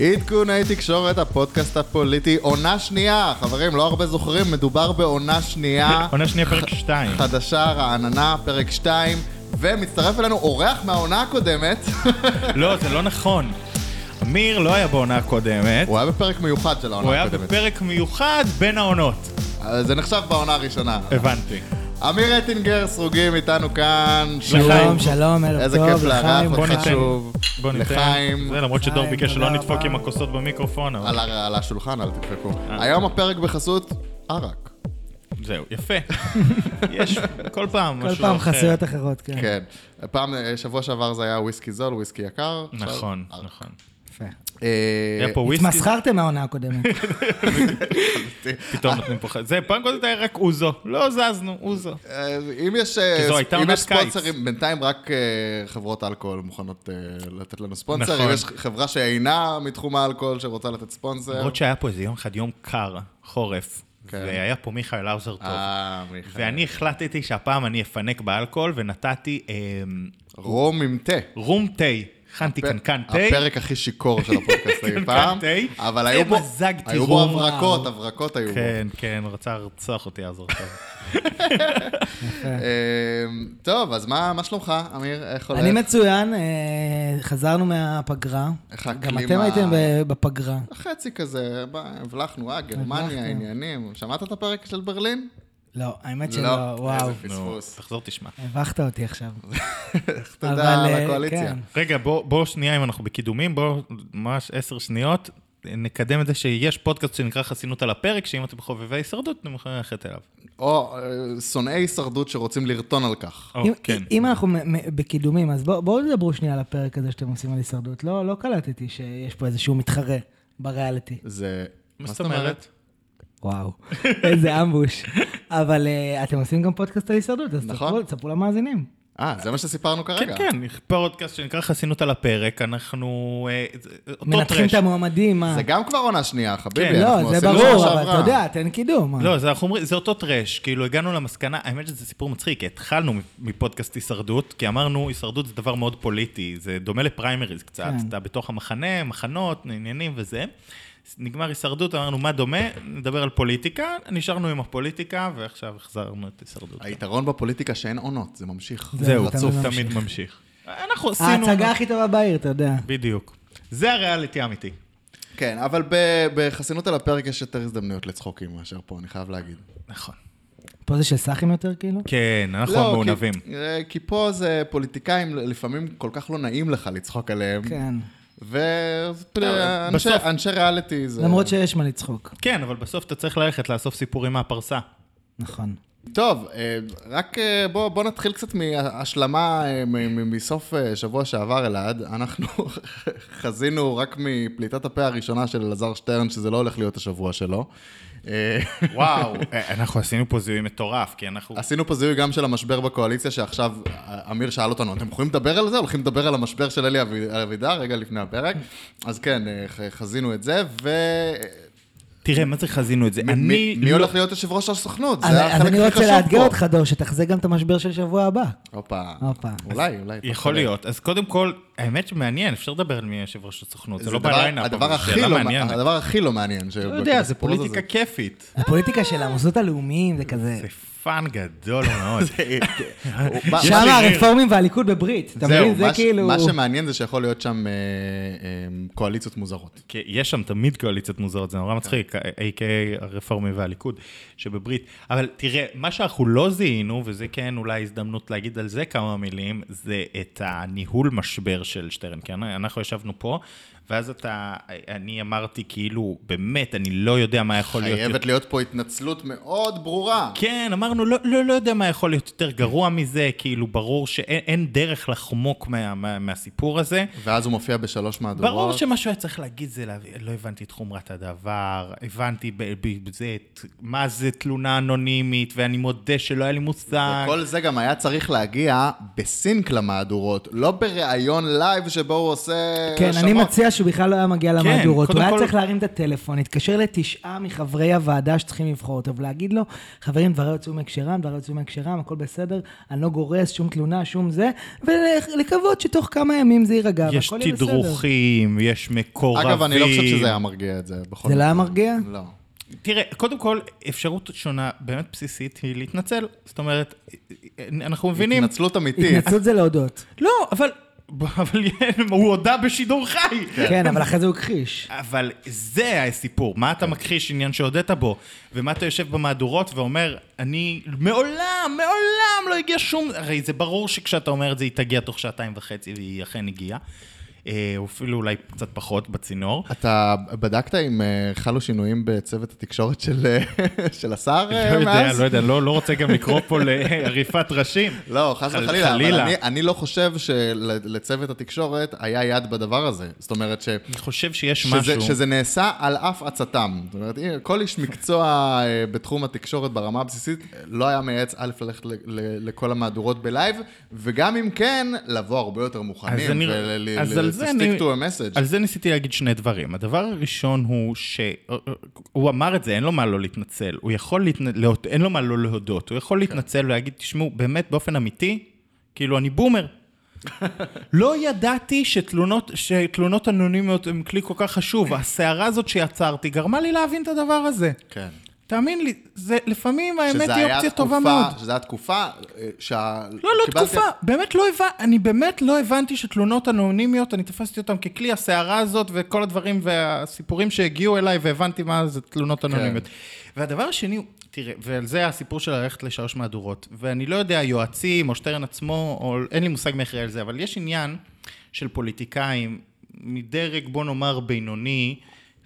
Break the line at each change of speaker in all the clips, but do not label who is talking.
עדכוני תקשורת, הפודקאסט הפוליטי, עונה שנייה. חברים, לא הרבה זוכרים, מדובר בעונה שנייה.
עונה שנייה פרק 2.
חדשה, רעננה, פרק 2, ומצטרף אלינו אורח מהעונה הקודמת.
לא, זה לא נכון. אמיר לא היה בעונה הקודמת.
הוא היה בפרק מיוחד של
הוא
העונה
היה
הקודמת.
בפרק מיוחד בין העונות.
אה, זה נחשב בעונה הראשונה.
הבנתי.
אמיר אטינגר, סרוגים איתנו כאן.
לחיים.
שלום, שלום, ערב
איזה
טוב,
כיף לארח
לחיים,
בוא
אותך
לחיים.
ניתן.
שוב.
בוא ניתן.
לחיים.
זה לא- למרות שדור
חיים,
ביקש שלא
תודה
נדפוק
רבה.
עם הכוסות במיקרופון, אבל...
על ה- על השולחן, אל תדפקו.
אה.
היום הפרק בחסות ערק.
זהו, יפה. יש כל פעם
כל
משהו
פעם
אחר.
חסויות אחרות, כן.
כן. פעם, אה, שבוע שעבר זה היה וויסקי זול, וויסקי יקר. עכשיו
נכון,
ערק.
נכון.
יפה.
אה,
היה פה וויסקי,
התמסחרתם מהעונה הקודמת.
פתאום נותנים פה... ח- זה, פעם קודם היה רק אוזו. לא זזנו, אוזו.
אה, אם יש אה,
כי זו הייתה
אם
עונת
יש ספונסרים,
קיץ.
בינתיים רק אה, חברות אלכוהול מוכנות אה, לתת לנו ספונסר.
נכון.
אם יש חברה שאינה מתחום האלכוהול שרוצה לתת ספונסר.
למרות שהיה פה איזה יום אחד, יום קר, חורף.
כן.
והיה פה מיכאל האוזר טוב.
אה, מיכאל.
ואני החלטתי שהפעם אני אפנק באלכוהול, ונתתי אמ,
רום עם תה.
רום תה. הכנתי קנקן תה.
הפרק הכי שיכור של הפודקאסט אי פעם.
תה.
אבל
תה
היו בו-
מזגתי,
היו בו
רום.
הברקות, הברקות היו בו.
כן, כן, רצה לרצוח אותי אז עכשיו.
אה, טוב, אז מה מה שלומך, אמיר? איך הולך?
אני מצוין, אה, חזרנו מהפגרה.
איך
גם
האקלים
אתם
ה-
הייתם ב- בפגרה.
חצי כזה, בא, הבלחנו, אה, גרמניה,
הבלחנו.
עניינים. שמעת את הפרק של ברלין?
לא, האמת שלא, וואו.
איזה
נו,
פספוס.
תחזור תשמע.
הבכת אותי עכשיו.
איך תודה
אבל,
על
אה,
הקואליציה.
כן.
רגע, בוא, בוא שנייה, אם אנחנו בקידומים, בוא, ממש עשר שניות, נקדם את זה שיש פודקאסט שנקרא חסינות על הפרק, שאם אתם חובבי הישרדות, אתם יכולים ללכת אליו.
או אה, שונאי הישרדות שרוצים לרטון על כך.
או,
אם-
כן.
אם אנחנו מ- מ- בקידומים, אז בואו- בואו תדברו שנייה על הפרק הזה שאתם עושים על הישרדות. לא לא קלטתי שיש פה איזשהו מתחרה בריאליטי.
זה...
מה זאת אומרת?
וואו, איזה אמבוש. אבל אה, אתם עושים גם פודקאסט על הישרדות, אז
נכון.
תספרו- תספרו למאזינים.
אה, זה מה שסיפרנו כרגע.
כן, כן, פודקאסט שנקרא חסינות על הפרק, אנחנו... אה, זה- זה אותו
מנתחים
טרש.
את המועמדים, מה?
זה גם כבר עונה שנייה, חביבי.
כן,
לא,
אנחנו
זה
עושים את
ברור,
השנה
אבל
שעברה.
אתה יודע, תן קידום. מה?
לא, זה, אנחנו אומרים, זה אותו טרש, כאילו הגענו למסקנה, האמת שזה סיפור מצחיק, כי התחלנו מפודקאסט הישרדות, כי אמרנו, הישרדות זה דבר מאוד פוליטי, זה דומה לפריימריז קצת,
כן.
אתה בתוך המחנה, מחנות, עניינים וזה. נגמר הישרדות, אמרנו, מה דומה? נדבר על פוליטיקה, נשארנו עם הפוליטיקה, ועכשיו החזרנו את הישרדות.
היתרון בפוליטיקה שאין עונות, זה ממשיך.
זהו,
תמיד
צוף
ממשיך.
תמיד ממשיך. אנחנו עשינו...
ההצגה הכי טובה בעיר, אתה יודע.
בדיוק. זה הריאליטי האמיתי.
כן, אבל ב- בחסינות על הפרק יש יותר הזדמנויות לצחוקים מאשר פה, אני חייב להגיד.
נכון.
פה זה של סאחים יותר, כאילו?
כן, אנחנו
לא,
המעונבים.
כי, אה, כי פה זה פוליטיקאים, לפעמים כל כך לא נעים לך לצחוק עליהם.
כן.
ואנשי
בסוף-
אנשי ריאליטי זה...
למרות שיש מה לצחוק.
כן, אבל בסוף אתה צריך ללכת לאסוף סיפורים מהפרסה.
נכון.
טוב, אה, רק אה, בוא, בוא נתחיל קצת מהשלמה אה, מ- מ- מסוף אה, שבוע שעבר, אלעד. אנחנו חזינו רק מפליטת הפה הראשונה של אלעזר שטרן, שזה לא הולך להיות השבוע שלו. אה,
וואו, אה, אנחנו עשינו פה זיהוי מטורף, כי אנחנו...
עשינו פה זיהוי גם של המשבר בקואליציה, שעכשיו אה, אמיר שאל אותנו, אתם יכולים לדבר על זה? הולכים לדבר על המשבר של אלי אבי- אבידר רגע לפני הפרק. אז כן, אה, ח- חזינו את זה, ו...
תראה, מה זה חזינו את זה?
מ-
אני...
מי
לא-
הולך להיות יושב ראש הסוכנות?
אז-
זה החלק הכי
אז
חשוב פה.
אני רוצה לאתגר אותך, דור, שתחזה גם את המשבר של שבוע הבא.
הופה.
הופה.
אולי, אולי.
יכול להיות. אז קודם כל, האמת שמעניין, אפשר לדבר על מי יושב ראש הסוכנות, זה לא
דבר-
בליינאפ,
הדבר
אבל
הכי
שאלה
לא-
מעניינת.
הדבר הכי לא מעניין.
לא יודע, זה פוליטיקה כיפית.
הפוליטיקה של המוסדות הלאומיים זה כזה.
זה פאן גדול מאוד.
שם
יש לי ריר.
הרפורמים והליכוד בברית, אתה מבין? זה כאילו...
מה שמעניין זה שיכול להיות שם אה, אה, קואליציות מוזרות.
כי יש שם תמיד קואליציות מוזרות, זה נורא מצחיק, a.k.a הרפורמי והליכוד שבברית. אבל תראה, מה שאנחנו לא זיהינו, וזה כן אולי הזדמנות להגיד על זה כמה מילים, זה את הניהול משבר של שטרן. כי אנ- אנחנו ישבנו פה, ואז אתה, אני אמרתי כאילו, באמת, אני לא יודע מה יכול להיות. כן. יותר-
חייבת להיות פה התנצלות מאוד ברורה.
כן, אמרנו, לא, לא, לא יודע מה יכול להיות יותר גרוע מזה, כאילו, ברור שאין אין דרך לחמוק מה, מה, מהסיפור הזה.
ואז הוא מופיע בשלוש מהדורות.
ברור שמה שהוא היה צריך להגיד זה, להביא- לא הבנתי את חומרת הדבר, הבנתי ב- ב- זה, ת- מה זה תלונה אנונימית, ואני מודה שלא היה לי מושג.
וכל זה גם היה צריך להגיע בסינק למהדורות, לא בריאיון לייב שבו הוא עושה...
כן, אני
האשמות.
מציע שהוא בכלל לא היה מגיע למהדורות.
כן, קודם
הוא היה
כל-
צריך להרים את הטלפון, להתקשר לתשעה מחברי הוועדה שצריכים לבחור אותו, ולהגיד לו, חברים, דברי יוצאו מהקשרם, דברי יוצאו מהקשרם, הכל בסדר, אני לא גורס, שום תלונה, שום זה, ולקוות שתוך כמה ימים זה יירגע,
יש
והכל יהיה בסדר.
תדרוכים, יש מקורבים.
אגב, אני לא חושב שזה היה מרגיע את זה. בכל
זה לא
מקרה.
היה מרגיע?
לא.
תראה, קודם כל, אפשרות שונה, באמת בסיסית, היא להתנצל. זאת אומרת, אנחנו מבינים...
התנצלות אמיתית.
התנצלות זה להודות.
לא, אבל... אבל הוא הודה בשידור חי.
כן, אבל אחרי זה הוא הכחיש.
אבל זה הסיפור, מה אתה מכחיש עניין שהודית בו, ומה אתה יושב במהדורות ואומר, אני מעולם, מעולם לא הגיע שום... הרי זה ברור שכשאתה אומר את זה, היא תגיע תוך שעתיים וחצי, והיא אכן הגיעה. אה, אפילו אולי קצת פחות בצינור.
אתה בדקת אם אה, חלו שינויים בצוות התקשורת של אה, של השר
לא
אה,
יודע,
מאז?
לא יודע, לא לא רוצה גם לקרוא פה לעריפת ראשים.
לא, חס
חל-
וחלילה, אבל
חלילה.
אני- אני לא חושב שלצוות התקשורת היה יד בדבר הזה. זאת אומרת ש...
אני חושב שיש
שזה-
משהו...
שזה נעשה על אף עצתם. זאת אומרת, הנה, כל איש מקצוע אה, בתחום התקשורת ברמה הבסיסית אה, לא היה מייעץ א' ללכת ל- ל- לכל המהדורות בלייב, וגם אם כן, לבוא הרבה יותר
אז
מוכנים
אני- אז על
ול-
זה
to
אני-
stick to a message.
על זה ניסיתי להגיד שני דברים. הדבר הראשון הוא שהוא אמר את זה, אין לו מה לא להתנצל. הוא יכול להתנצל, אין לו מה לא להודות. הוא
כן.
יכול להתנצל ולהגיד, תשמעו, באמת, באופן אמיתי, כאילו, אני בומר. לא ידעתי שתלונות, שתלונות אנונימיות הם כלי כל כך חשוב. הסערה הזאת שיצרתי גרמה לי להבין את הדבר הזה.
כן.
תאמין לי, זה לפעמים האמת
שזה
היא
היה
אופציה טובה
תקופה-
מאוד.
שזה היה תקופה אה, שה...
לא, לא
קיבלתי-
תקופה, באמת לא הבנתי, אני באמת לא הבנתי שתלונות אנונימיות, אני תפסתי אותן ככלי הסערה הזאת וכל הדברים והסיפורים שהגיעו אליי והבנתי מה זה תלונות
כן.
אנונימיות. והדבר השני, הוא- תראה, ועל זה הסיפור של ללכת לשלוש מהדורות, ואני לא יודע, יועצים או שטרן עצמו, או אין לי מושג מי אחראי על זה, אבל יש עניין של פוליטיקאים מדרג, בוא נאמר, בינוני,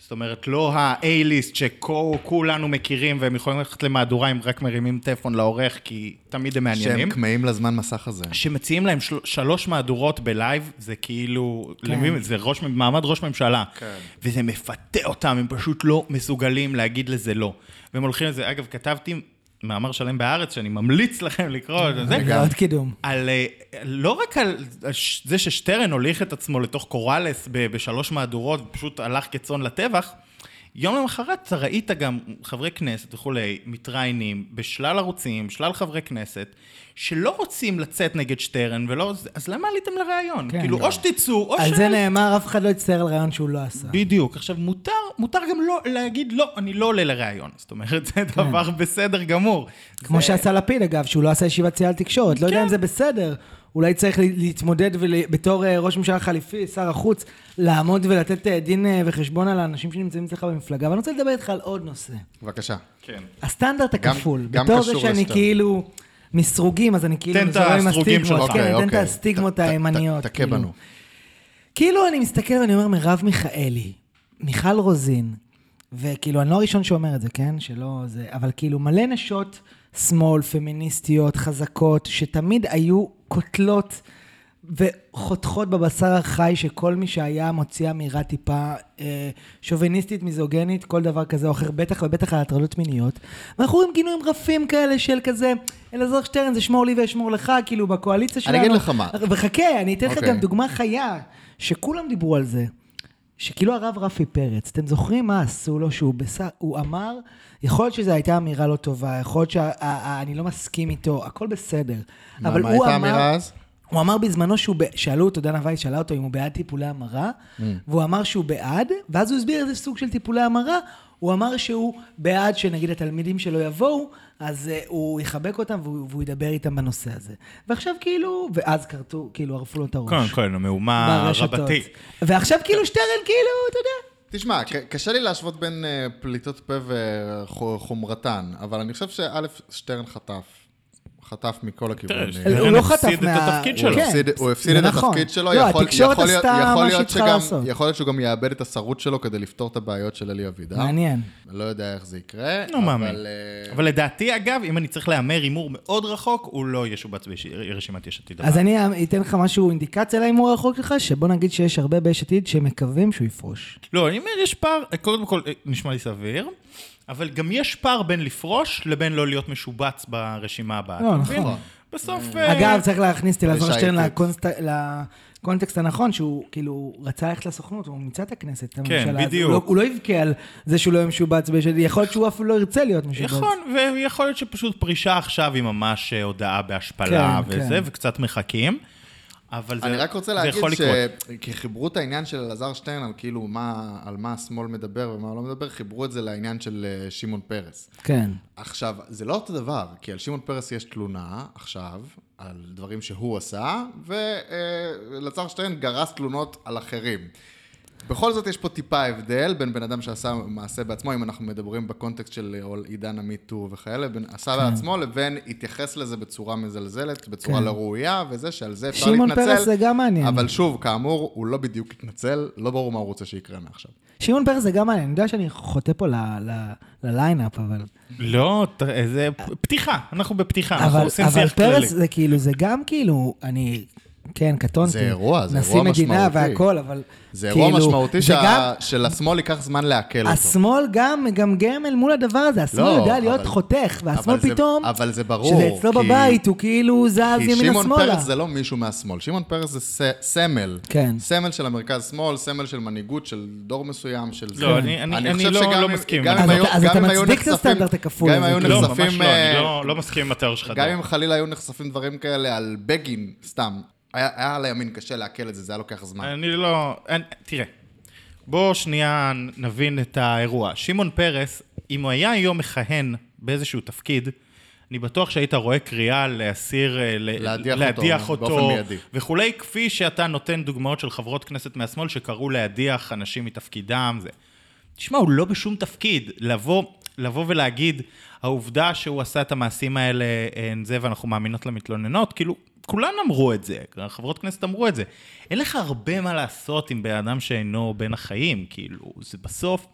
זאת אומרת, לא ה-A-ליסט שכולנו מכירים והם יכולים ללכת למהדורה אם רק מרימים טלפון לעורך, כי תמיד הם מעניינים.
שהם כמהים לזמן מסך הזה.
כן. שמציעים להם של... שלוש מהדורות בלייב, זה כאילו, כן. למי, זה ראש, מעמד ראש ממשלה. כן. וזה מפתה אותם, הם פשוט לא מסוגלים להגיד לזה לא. והם הולכים לזה, אגב, כתבתי מאמר שלם בהארץ, שאני ממליץ לכם לקרוא את זה.
זה עוד קידום.
על, אה, לא רק על על ש- זה ששטרן הוליך את עצמו לתוך קוראלס ב- בשלוש מהדורות, ופשוט הלך כצאן לטבח, יום למחרת אתה ראית גם חברי כנסת וכולי, מתראיינים בשלל ערוצים, שלל חברי כנסת, שלא רוצים לצאת נגד שטרן ולא... אז למה עליתם לראיון?
כן.
כאילו, או שתצאו, או
על
ש...
זה נאמר, אף אחד לא הצטער על רעיון שהוא לא עשה.
בדיוק. עכשיו, מותר, מותר גם לא להגיד, לא, אני לא עולה לראיון. זאת אומרת, זה דבר בסדר גמור.
כן. כמו שעשה לפיד, אגב, שהוא לא עשה ישיבת סיעה על תקשורת. לא יודע
כן.
אם זה בסדר. אולי צריך לה- להתמודד ובתור ראש ממשלה חליפי, שר החוץ, לעמוד ולתת אה, דין אה, וחשבון על האנשים שנמצאים אצלך במפלגה. אבל אני רוצה לדבר איתך על עוד נושא.
בבקשה.
כן.
הסטנדרט
גם-
הכפול.
גם
בתור זה
קשור
שאני
לסטנדרט.
כאילו מסרוגים, אז אני כאילו
תן את
מזוהה עם
הסרוגים
הסטיגמות.
שלך.
כן,
אוקיי,
תן את
אוקיי.
הסטיגמות
ת- ת- ת-
הימניות.
תכה
כאילו.
בנו.
כאילו אני מסתכל ואני אומר, מרב מיכאלי, מיכל רוזין, וכאילו, אני לא הראשון שאומר את זה, כן? שלא זה, אבל כאילו מלא נשות שמאל, פמיניסטיות, חזקות, שתמיד היו קוטלות וחותכות בבשר החי שכל מי שהיה מוציא אמירה טיפה אה, שוביניסטית, מיזוגנית, כל דבר כזה או אחר, בטח ובטח על הטרדות מיניות. ואנחנו רואים גינויים רפים כאלה של כזה, אלעזר שטרן זה שמור לי ואשמור לך, כאילו בקואליציה שלנו.
אני אגיד לך מה.
אה, וחכה, אני אתן לך
אוקיי.
גם דוגמה חיה, שכולם דיברו על זה. שכאילו הרב רפי פרץ, אתם זוכרים מה עשו לו שהוא בשר, הוא אמר, יכול להיות שזו הייתה אמירה לא טובה, יכול להיות שאני לא מסכים איתו, הכל בסדר.
מה-
אבל
מה
הוא
הייתה
אמר,
האמירה אז?
הוא אמר בזמנו שהוא, ב... שאלו אותו, דנה וייס שאלה אותו אם הוא בעד טיפולי המרה,
Mm.
והוא אמר שהוא בעד, ואז הוא הסביר איזה סוג של טיפולי המרה, הוא אמר שהוא בעד שנגיד התלמידים שלו יבואו, אז uh, הוא יחבק אותם והוא, והוא ידבר איתם בנושא הזה. ועכשיו כאילו, ואז כרתו, כאילו ערפו לו את הראש.
קודם כן, כל, המהומה
ברשתות.
רבתי.
ועכשיו כאילו שטרן כאילו, אתה יודע.
תשמע, ק- קשה לי להשוות בין אה, פליטות פה וחומרתן, אבל אני חושב שא', שטרן חטף. חטף מכל הכיוונים.
תראה,
הוא
לכן
לא חטף
הפסיד את
מה-
התפקיד
הוא
שלו.
כן.
הפסיד- הוא הפסיד
זה
את
נכון.
התפקיד שלו,
לא,
יכול
התקשורת
יכול להיות-
עשתה מה
יכול
שהיא
להיות
צריכה
שגם-
לעשות.
יכול להיות שהוא גם יאבד את השרות שלו כדי לפתור את הבעיות של אלי אבידר.
מעניין.
לא יודע איך זה יקרה,
לא מאמין.
אבל... אה,
אבל לדעתי, אגב, אם אני צריך להמר הימור מאוד רחוק, הוא לא ישובץ ברשימת יש עתיד.
אז אני אתן לך משהו, אינדיקציה להימור הרחוק שלך, שבוא נגיד שיש הרבה ביש עתיד שמקווים שהוא יפרוש.
לא, אני אומר, יש פער, קודם כל, אה, נשמע לי סביר, אבל גם יש פער בין לפרוש לבין לא להיות משובץ ברשימה הבאה.
לא,
אתה מבין?
נכון.
כן.
בסוף... אה,
אגב, צריך להכניס את אלעזר
לשייטת.
שטרן לקונסט- הקונטקסט הנכון, שהוא כאילו רצה ללכת לסוכנות, הוא מיצה את הכנסת, את
כן,
הממשלה. אז
בדיוק.
הוא לא, הוא לא יבכה על זה שהוא לא יהיה משובץ, בשביל- יכול להיות שהוא אפילו לא ירצה להיות משובץ.
יכול, נכון, ויכול להיות שפשוט פרישה עכשיו היא ממש אה, הודעה בהשפלה
כן,
וזה,
כן.
וקצת מחכים, אבל זה
אני רק רוצה
זה
להגיד
יכול
ש...
לקרות.
כי חיברו את העניין של אלעזר שטרן על כאילו מה, על מה השמאל מדבר ומה לא מדבר, חיברו את זה לעניין של אה, שמעון פרס.
כן.
עכשיו, זה לא אותו דבר, כי על שמעון פרס יש תלונה עכשיו, על דברים שהוא עשה, ואלעזר שטרן גרס תלונות על אחרים. בכל זאת יש פה טיפה הבדל בין בן אדם שעשה מעשה בעצמו, אם אנחנו מדברים בקונטקסט של אה, עול- עידן המיטו וכאלה, בין
כן.
עשה בעצמו לבין התייחס לזה בצורה מזלזלת, בצורה
כן.
לא ראויה, וזה שעל זה אפשר להתנצל.
שמעון פרס זה גם מעניין.
אבל שוב, כאמור, הוא לא בדיוק התנצל, לא ברור מה הוא רוצה שיקרה מעכשיו.
שמעון פרס זה גם מעניין, אני יודע שאני חוטא פה ל- ל- לליינאפ, אבל...
לא, ת- זה פתיחה, אנחנו בפתיחה, אנחנו
אבל,
עושים
אבל
שיח כללי.
פרס זה כאילו, זה גם כאילו, אני, כן, קטונתי.
זה אירוע, זה
נשיא
אירוע
מדינה
משמעותי.
והכל, אבל
זה
כאילו,
אירוע משמעותי
זה גם,
שה- שלשמאל ייקח זמן לעכל אותו.
השמאל גם מגמגם אל מול הדבר הזה, השמאל
לא,
יודע להיות
אבל-
חותך, והשמאל
אבל זה-
פתאום,
אבל זה ברור,
שזה אצלו
כי-
בבית, הוא כאילו זז
כי
ימינה
שמעון
שמאלה.
פרס זה לא מישהו מהשמאל, שמעון פרס זה ס, סמל.
כן.
סמל של המרכז-שמאל, סמל של מנהיגות, של דור מסוים, של...
לא, אני- אני- אני
חושב
לא-
שגם
לא
אם-
מסכים.
גם
אז
אם
אתה-
היו-
אז
גם
אתה
אם היו
מצדיק את
נחשפים-
הסטנדרט הכפול
גם אם
הזה,
היו
כאילו.
לא, ממש
נחשפים...
לא,
אה,
אני לא- לא מסכים עם התיאור שלך.
גם
דור.
אם חלילה היו נחשפים דברים כאלה על בגין, סתם. היה היה לימין קשה לעכל את זה, זה היה לוקח זמן.
אני לא... אני, תראה, בוא שנייה נבין את האירוע. שמעון פרס, אם הוא היה היום מכהן באיזשהו תפקיד, אני בטוח שהיית רואה קריאה להסיר, אה, ל-
להדיח אותו
להדיח אותו,
באופן מיידי.
וכולי, כפי שאתה נותן דוגמאות של חברות כנסת מהשמאל שקראו להדיח אנשים מתפקידם. זה. תשמע, הוא לא בשום תפקיד. לבוא, לבוא ולהגיד, העובדה שהוא עשה את המעשים האלה, אה, אין זה, ואנחנו מאמינות למתלוננות, כאילו, כולן אמרו את זה, חברות כנסת אמרו את זה. אין לך הרבה מה לעשות עם בן אדם שאינו בין החיים, כאילו, זה בסוף,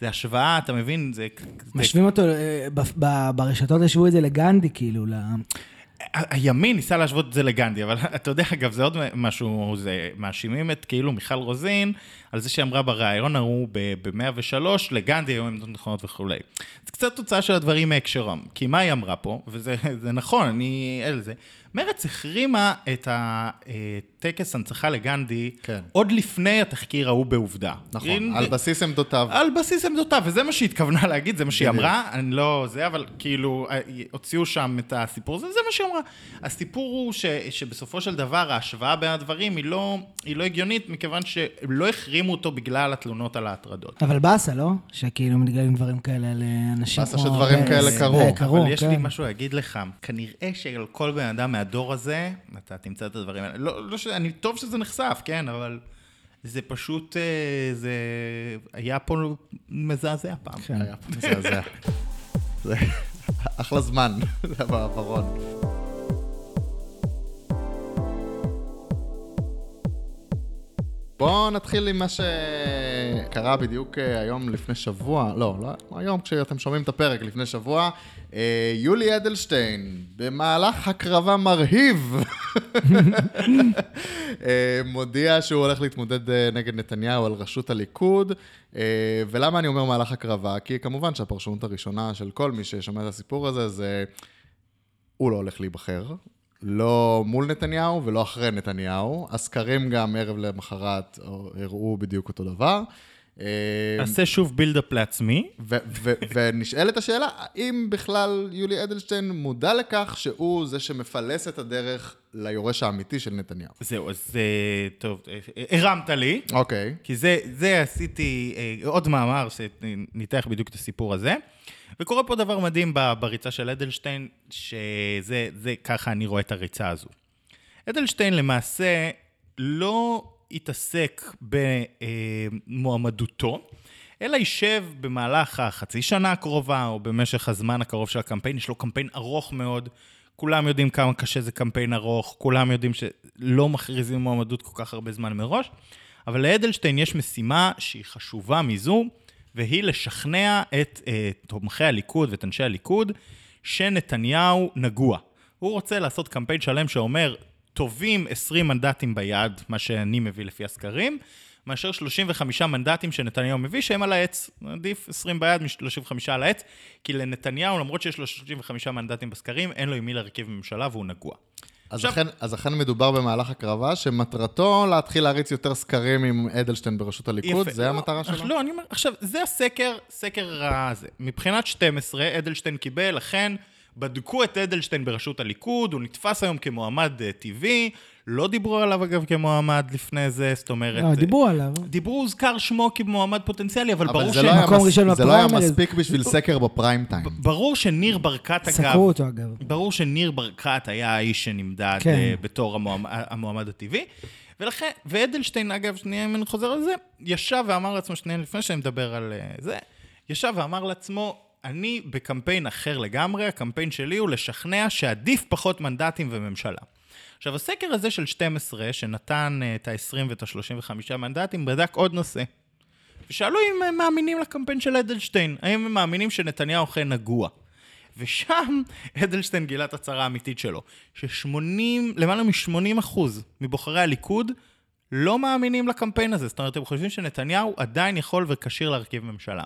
זה השוואה, אתה מבין? זה... זה
משווים אותו, אה, ב- ב- ברשתות השוו את זה לגנדי, כאילו, ל-
ה- הימין ניסה להשוות את זה לגנדי, אבל אתה יודע, אגב, זה עוד משהו, זה מאשימים את כאילו מיכל רוזין על זה שאמרה בריאיון ההוא ב-103, לגנדי היו עמדות נכונות וכולי. זה קצת תוצאה של הדברים מהקשרם, כי מה היא אמרה פה, וזה זה נכון, אני עד לזה, מרצ החרימה את הטקס הנצחה לגנדי
כן.
עוד לפני התחקיר ההוא בעובדה.
נכון, על בסיס עמדותיו.
על בסיס עמדותיו, וזה מה שהיא התכוונה להגיד, זה מה שהיא אמרה, אני לא זה, אבל כאילו, אה, הוציאו שם את הסיפור הזה, זה מה שהיא אמרה. הסיפור הוא ש, שבסופו של דבר ההשוואה בין הדברים היא לא, היא לא הגיונית, מכיוון שלא החרימו אותו בגלל התלונות על ההטרדות.
אבל באסה, לא? שכאילו מתגלים דברים כאלה לאנשים
באסה
כמו...
שדברים
פרס.
כאלה קרו.
אה, קרו,
אבל יש לי
כן.
משהו להגיד לך, כנראה שעל כל בן אדם מהדור הזה, אתה תמצא את הדברים האלה. לא, לא ש... אני, טוב שזה נחשף, כן, אבל זה פשוט, אה, זה היה פה מזעזע פעם.
כן.
היה פה מזעזע. זה אחלה זמן, זה היה בעברון. בואו נתחיל עם מה שקרה בדיוק אה, היום לפני שבוע, לא, לא, היום כשאתם שומעים את הפרק לפני שבוע, אה, יולי אדלשטיין, במהלך הקרבה מרהיב, אה, מודיע שהוא הולך להתמודד אה, נגד נתניהו על ראשות הליכוד. אה, ולמה אני אומר מהלך הקרבה? כי כמובן שהפרשנות הראשונה של כל מי ששומע את הסיפור הזה זה, הוא לא הולך להיבחר. לא מול נתניהו ולא אחרי נתניהו. הסקרים גם ערב למחרת או- הראו בדיוק אותו דבר. אה,
אעשה שוב בילדאפ לעצמי,
ו- ו- ונשאלת השאלה, האם בכלל יולי אדלשטיין מודע לכך שהוא זה שמפלס את הדרך ליורש האמיתי של נתניהו?
זהו, אז אה, טוב, אה, הרמת לי,
אוקיי.
כי זה, זה עשיתי אה, עוד מאמר שניתח בדיוק את הסיפור הזה. וקורה פה דבר מדהים ב- בריצה של אדלשטיין, שזה זה, ככה אני רואה את הריצה הזו. אדלשטיין למעשה לא התעסק במועמדותו, אלא יישב במהלך החצי שנה הקרובה, או במשך הזמן הקרוב של הקמפיין, יש לו קמפיין ארוך מאוד. כולם יודעים כמה קשה זה קמפיין ארוך, כולם יודעים שלא מכריזים מועמדות כל כך הרבה זמן מראש, אבל לאדלשטיין יש משימה שהיא חשובה מזו, והיא לשכנע את אה, תומכי הליכוד ואת אנשי הליכוד שנתניהו נגוע. הוא רוצה לעשות קמפיין שלם שאומר, טובים 20 מנדטים ביד, מה שאני מביא לפי הסקרים, מאשר 35 מנדטים שנתניהו מביא, שהם על העץ. עדיף 20 ביד מ-35 על העץ, כי לנתניהו, למרות שיש לו 35 מנדטים בסקרים, אין לו עם מי להרכיב ממשלה והוא נגוע.
אז
עכשיו-
אכן- אז אכן מדובר במהלך הקרבה שמטרתו להתחיל להריץ יותר סקרים עם אדלשטיין בראשות הליכוד,
יפה.
זה
לא,
המטרה שלו?
לא, אני אומר, עכשיו, זה הסקר, סקר הזה. מבחינת 12, אדלשטיין קיבל, אכן, בדקו את אדלשטיין בראשות הליכוד, הוא נתפס היום כמועמד אה, טבעי, לא דיברו עליו אגב כמועמד לפני זה, זאת אומרת... אה,
לא, דיברו עליו.
דיברו, הוזכר שמו כמועמד פוטנציאלי, אבל,
אבל
ברור,
זה
ש...
לא היה
מקום
מס-
ראשון
זה לא היה
בפריימריז.
מספיק בשביל סקר בפריים טיים.
ברור שניר ברקת, אגב...
סקרו אותו אגב.
ברור שניר ברקת היה האיש שנמדד
אוקיי. כן.
כן. בתור המועמד, המועמד הטבעי, ולכן, ואדלשטיין, אגב, שנייה אם אני חוזר על זה, ישב ואמר לעצמו, שנייה לפני שאני מדבר על אה, זה, ישב ואמר לעצמו, אני בקמפיין אחר לגמרי, הקמפיין שלי הוא לשכנע שעדיף פחות מנדטים וממשלה. עכשיו, הסקר הזה של 12, שנתן אה, את ה-20 ואת ה-35 מנדטים, בדק עוד נושא. ושאלו אם הם מאמינים לקמפיין של אדלשטיין, האם הם מאמינים שנתניהו אכן נגוע. ושם אדלשטיין גילה את הצרה האמיתית שלו, ש-80, למעלה מ-80 אחוז מבוחרי הליכוד לא מאמינים לקמפיין הזה, זאת אומרת, הם חושבים שנתניהו עדיין יכול וכשיר להרכיב ממשלה.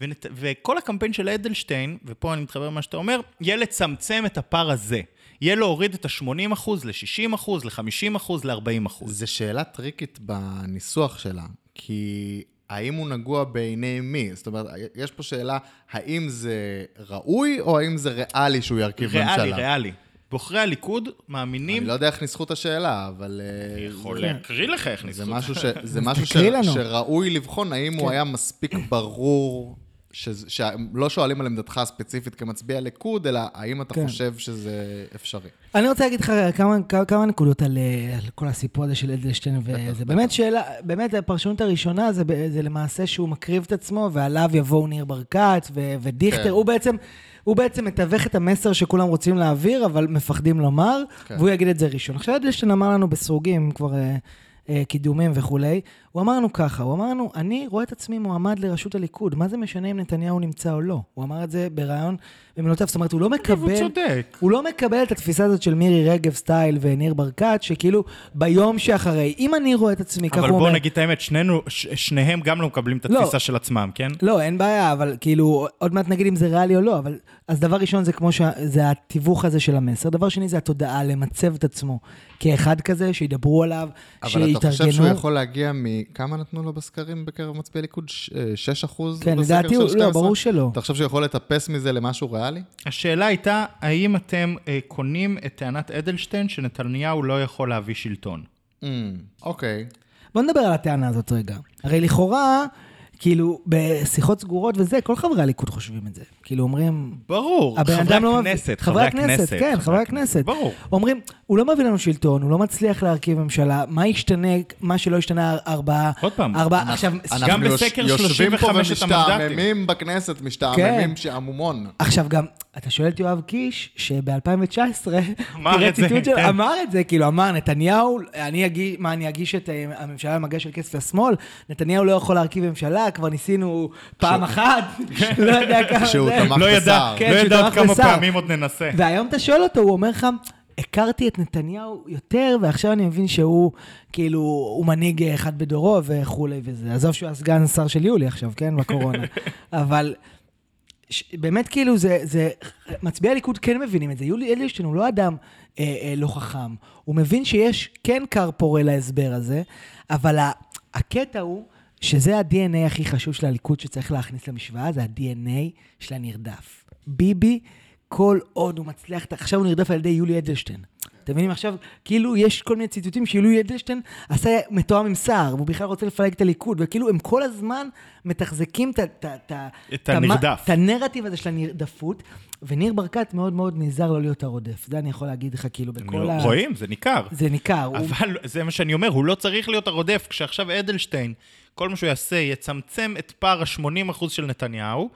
ונת... וכל הקמפיין של אדלשטיין, ופה אני מתחבר למה שאתה אומר, יהיה לצמצם את הפער הזה. יהיה להוריד את ה-80 אחוז ל-60 אחוז, ל-50 אחוז, ל-40 אחוז.
זו שאלה טריקית בניסוח שלה, כי האם הוא נגוע בעיני מי? זאת אומרת, יש פה שאלה, האם זה ראוי, או האם זה ריאלי שהוא ירכיב ממשלה?
ריאלי, ריאלי. בוחרי הליכוד מאמינים
אני לא יודע איך ניסחו את השאלה, אבל... אה,
יכול
זה-
להקריא לך איך
כן, זה
ניסו.
משהו, ש, זה משהו ש,
תקריא לנו. כן.
שראוי לבחון, האם הוא היה מספיק ברור, ש, שלא שואלים על עמדתך הספציפית כמצביע ליכוד, אלא האם אתה
כן.
חושב שזה אפשרי.
אני רוצה להגיד לך כמה, כמה- כמה נקודות על, אה, על כל הסיפור הזה של אדלשטיין, וזה באמת שאלה, באמת הפרשנות הראשונה זה, ב- זה למעשה שהוא מקריב את עצמו, ועליו יבואו ניר ברקת ו, ודיכטר,
כן.
הוא בעצם... הוא בעצם מתווך את המסר שכולם רוצים להעביר, אבל מפחדים לומר,
כן.
כן. והוא יגיד את זה ראשון. עכשיו, אדלשטיין אמר לנו בסרוגים, כבר אה, אה, קידומים וכולי, הוא אמר לנו ככה, הוא אמר לנו, אני רואה את עצמי מועמד לראשות הליכוד, מה זה משנה אם נתניהו נמצא או לא? הוא אמר את זה בריאיון במילותיו, זאת אומרת, הוא לא
הוא
מקבל...
צודק.
הוא לא מקבל את התפיסה הזאת של מירי רגב סטייל וניר ברקת, שכאילו ביום שאחרי, אם אני רואה את עצמי, ככה הוא
אבל
אומר...
בוא נגיד את האמת, שנינו, ש- שניהם גם לא מקבלים את
לא.
התפיסה של עצמם, כן?
לא, אין בעיה, אבל כאילו, עוד מעט נגיד אם זה ריאלי או לא, אבל... אז דבר ראשון זה כמו ש... זה התיווך הזה של המסר, דבר שני זה התודעה למצב את עצמו כאחד כזה, שידברו עליו,
אבל
שיתארגנו.
אתה חושב שהוא יכול להגיע מכמה נתנו לו בסקרים בקרב מצביעי ליכוד? ש- אה, 6 אחוז?
כן, לדעתי הוא... לא, ברור שלא.
אתה חושב שהוא יכול לטפס מזה למשהו ריאלי?
השאלה הייתה, האם אתם אה, קונים את טענת אדלשטיין שנתניהו לא יכול להביא שלטון?
Mm, אוקיי.
בוא נדבר על הטענה הזאת רגע. הרי לכאורה, כאילו, בשיחות סגורות וזה, כל חברי הליכוד חושבים את זה. כאילו, אומרים,
ברור,
הבן
חברי
אדם לא מבין-
הכנסת,
חברי הכנסת, כן, חברי הכנסת.
ברור.
אומרים, הוא לא מביא לנו שלטון, הוא לא מצליח להרכיב ממשלה, מה ישתנה, מה שלא השתנה ארבעה...
עוד פעם,
ארבעה, עכשיו,
אנחנו
גם
יוש-
בסקר
יושבים פה
35 את המנדטים.
ומשתעממים בכנסת,
כן.
משתעממים שעמומון.
עכשיו גם, אתה שואל את יואב קיש, שב-2019,
אמר את זה, כן.
אמר את זה, כאילו, אמר, נתניהו, אני אגיש, מה, אני אגיש את אה, הממשלה למגש של כסף לשמאל? נתניהו לא יכול להרכיב ממשלה, כבר ניסינו פעם אחת, לא יודע כמה זה.
כשהוא תמך
לא ידע,
בשר.
לא
כן, שהוא
ידע עוד
תמך
כמה
בשר.
פעמים עוד ננסה.
והיום אתה שואל אותו, הוא אומר לך, הכרתי את נתניהו יותר, ועכשיו אני מבין שהוא, כאילו, הוא מנהיג אחד בדורו וכולי וזה. עזוב שהוא הסגן שר של יולי עכשיו, כן? בקורונה. אבל... ש... באמת כאילו זה, זה, מצביעי הליכוד כן מבינים את זה. יולי אדלשטיין הוא לא אדם אה, אה, לא חכם. הוא מבין שיש כן כר פורה להסבר הזה, אבל ה... הקטע הוא שזה ה-DNA הכי חשוב של הליכוד שצריך להכניס למשוואה, זה ה-DNA של הנרדף. ביבי, כל עוד הוא מצליח, עכשיו הוא נרדף על ידי יולי אדלשטיין. אתם מבינים עכשיו, כאילו יש כל מיני ציטוטים שיולי אדלשטיין עשה מתואם עם סער, והוא בכלל רוצה לפלג את הליכוד, וכאילו הם כל הזמן מתחזקים את ה- את ה- את ה-
את
ה-
הנרדף.
את הנרטיב הזה של הנרדפות, וניר ברקת מאוד מאוד נזהר לא להיות הרודף. זה אני יכול להגיד לך, כאילו, בכל ה...
רואים, זה ניכר.
זה ניכר. הוא-
לא אבל זה מה שאני אומר, הוא לא צריך להיות הרודף. כשעכשיו אדלשטיין, כל מה שהוא יעשה, יצמצם את פער ה-80% של נתניהו,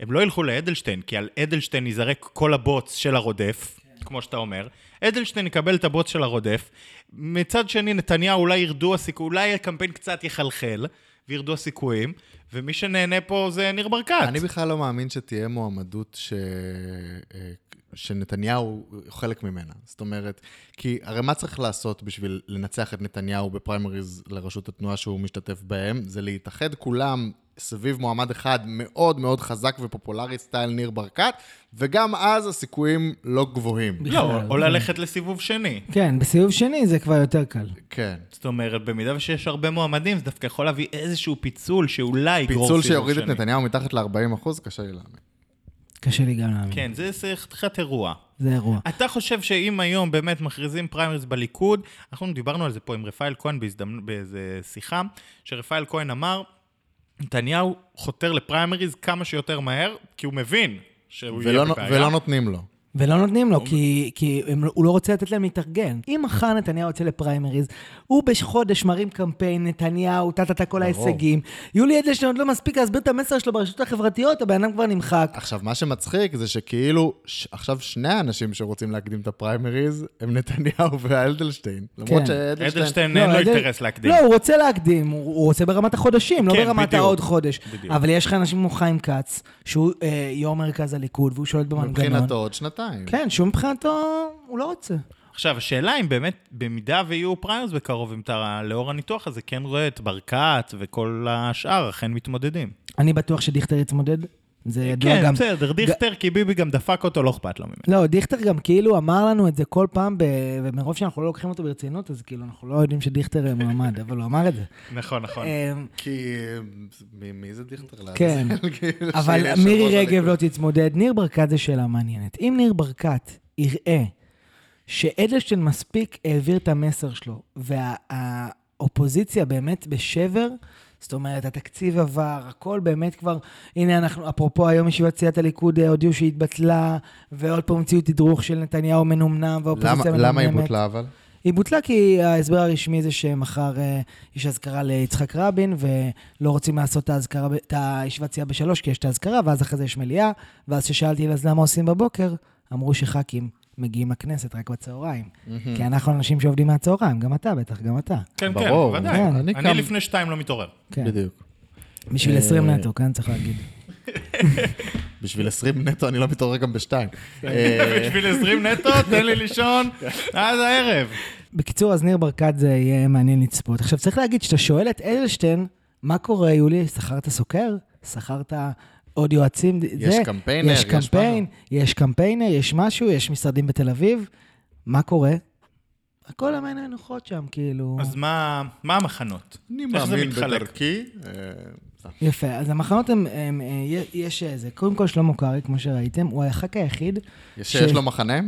הם לא ילכו לאדלשטיין, כי על אדלשטיין ייזרק כל הבוץ של הרודף, כמו שאתה אומר. אדלשטיין יקבל את הבוץ של הרודף. מצד שני, נתניהו אולי ירדו הסיכוי, אולי הקמפיין קצת יחלחל, וירדו הסיכויים, ומי שנהנה פה זה ניר ברקת.
אני בכלל לא מאמין שתהיה מועמדות ש... אה, שנתניהו הוא חלק ממנה. זאת אומרת, כי הרי מה צריך לעשות בשביל לנצח את נתניהו בפריימריז לראשות התנועה שהוא משתתף בהם? זה להתאחד כולם סביב מועמד אחד מאוד מאוד חזק ופופולרי, סטייל ניר ברקת, וגם אז הסיכויים לא גבוהים.
לא, או ללכת לסיבוב שני.
כן, בסיבוב שני זה כבר יותר קל.
כן.
זאת אומרת, במידה ושיש הרבה מועמדים, זה דווקא יכול להביא איזשהו פיצול שאולי יגרור סיבוב שני.
פיצול שיוריד את נתניהו מתחת ל-40 אחוז, קשה לי להאמין.
קשה לי גם להאמין.
כן, זה זה חתיכת אירוע.
זה אירוע.
אתה חושב שאם היום באמת מכריזים פריימריז בליכוד, אנחנו דיברנו על זה פה עם רפאל כהן בהזדמנ... באיזה שיחה, שרפאל כהן אמר, נתניהו חותר לפריימריז כמה שיותר מהר, כי הוא מבין שהוא יהיה
ולא, נו-
בבעיה.
ולא נותנים לו.
ולא נותנים
לא
לו, כי, כי הם, הוא לא רוצה לתת להם להתארגן. אם מחר נתניהו יוצא לפריימריז, הוא בחודש מרים קמפיין, נתניהו, טה-טה-טה כל ההישגים. יולי אדלשטיין עוד לא מספיק להסביר את המסר שלו ברשתות החברתיות, הבן אדם כבר נמחק.
עכשיו, מה שמצחיק זה שכאילו, ש... עכשיו שני האנשים שרוצים להקדים את הפריימריז הם נתניהו ואלדלשטיין. למרות
כן.
שאלדלשטיין...
אדלשטיין אין לו
אדל-
אינטרס להקדים.
לא, הוא רוצה להקדים, הוא, הוא רוצה ברמת החודשים, לא
כן,
ברמת
בדיוק.
העוד חודש.
בדיוק.
אבל יש לך אנשים כמו חיים כץ, שהוא אה, יו"ר מרכז הליכוד, והוא שולט במנגנון.
מבחינתו עוד שנתיים.
כן, שהוא מבחינתו, הוא לא רוצה.
עכשיו, השאלה אם באמת, במידה ויהיו פריימריז בקרוב, אם אתה לאור הניתוח הזה כן רואה את ברקת וכל השאר אכן מתמודדים.
אני בטוח שדיכטר יתמודד, זה ידוע
כן,
לא, גם.
בסדר, דיכטר, כי ביבי גם דפק אותו, לא אכפת לו ממנו.
לא, דיכטר גם כאילו אמר לנו את זה כל פעם, ב... ומרוב שאנחנו לא לוקחים אותו ברצינות, אז כאילו אנחנו לא יודעים שדיכטר מועמד, אבל הוא אמר את זה.
נכון, נכון.
אמ,
כי... מי, מי זה דיכטר?
כן.
כאילו, שיהיה
אבל
יושב-ראש
מירי רגב
הליכוד.
לא תתמודד. ניר ברקת זו שאלה מעניינת. אם ניר ברקת יראה שאדלשטיין מספיק העביר את המסר שלו, והאופוזיציה באמת בשבר, זאת אומרת, התקציב עבר, הכל באמת כבר... הנה, אנחנו, אפרופו, היום ישיבת סיעת הליכוד אה, הודיעו שהיא התבטלה, ועוד פעם המציאו תדרוך של נתניהו מנומנם,
למה,
והאופוזיציה
למה היא
מנומנמת.
בוטלה אבל?
היא בוטלה כי ההסבר הרשמי זה שמחר אה, יש אזכרה ליצחק רבין, ולא רוצים לעשות את האזכרה, ב- את הישיבת סיעה בשלוש, כי יש את האזכרה, ואז אחרי זה יש מליאה, ואז כששאלתי אז למה עושים בבוקר, אמרו שח"כים מגיעים לכנסת רק בצהריים. כי אנחנו אנשים שעובדים מהצהריים, גם אתה בטח, גם אתה.
כן, כן,
ברור,
ודאי.
כן,
אני
אני קם-
לפני שתיים לא מתעורר.
כן.
בדיוק.
בשביל
אה,
20 נטו, כן, צריך להגיד.
בשביל 20 נטו אני לא מתעורר גם בשתיים.
כן.
אה,
בשביל 20 נטו, תן לי לישון עד הערב.
בקיצור, אז ניר ברקת זה יהיה מעניין לצפות. עכשיו, צריך להגיד, כשאתה שואל את אדלשטיין, מה קורה, יולי, שכרת סוקר? שכרת עוד יועצים?
יש
זה,
קמפיינר,
יש
יש
קמפיין, יש קמפיינר, יש משהו, יש משרדים בתל אביב. מה קורה? הכל המעין הנוחות שם, כאילו...
אז מה מה המחנות?
אני
איך זה
מאמין
מתחלק?
בדרכי. אה, זה
יפה, אז המחנות הם, הם, אה, י- יש אה, זה. קודם כל, שלמה קרעי, כמו שראיתם, הוא הח"כ היחיד...
יש
ש-
שיש לו מחנה?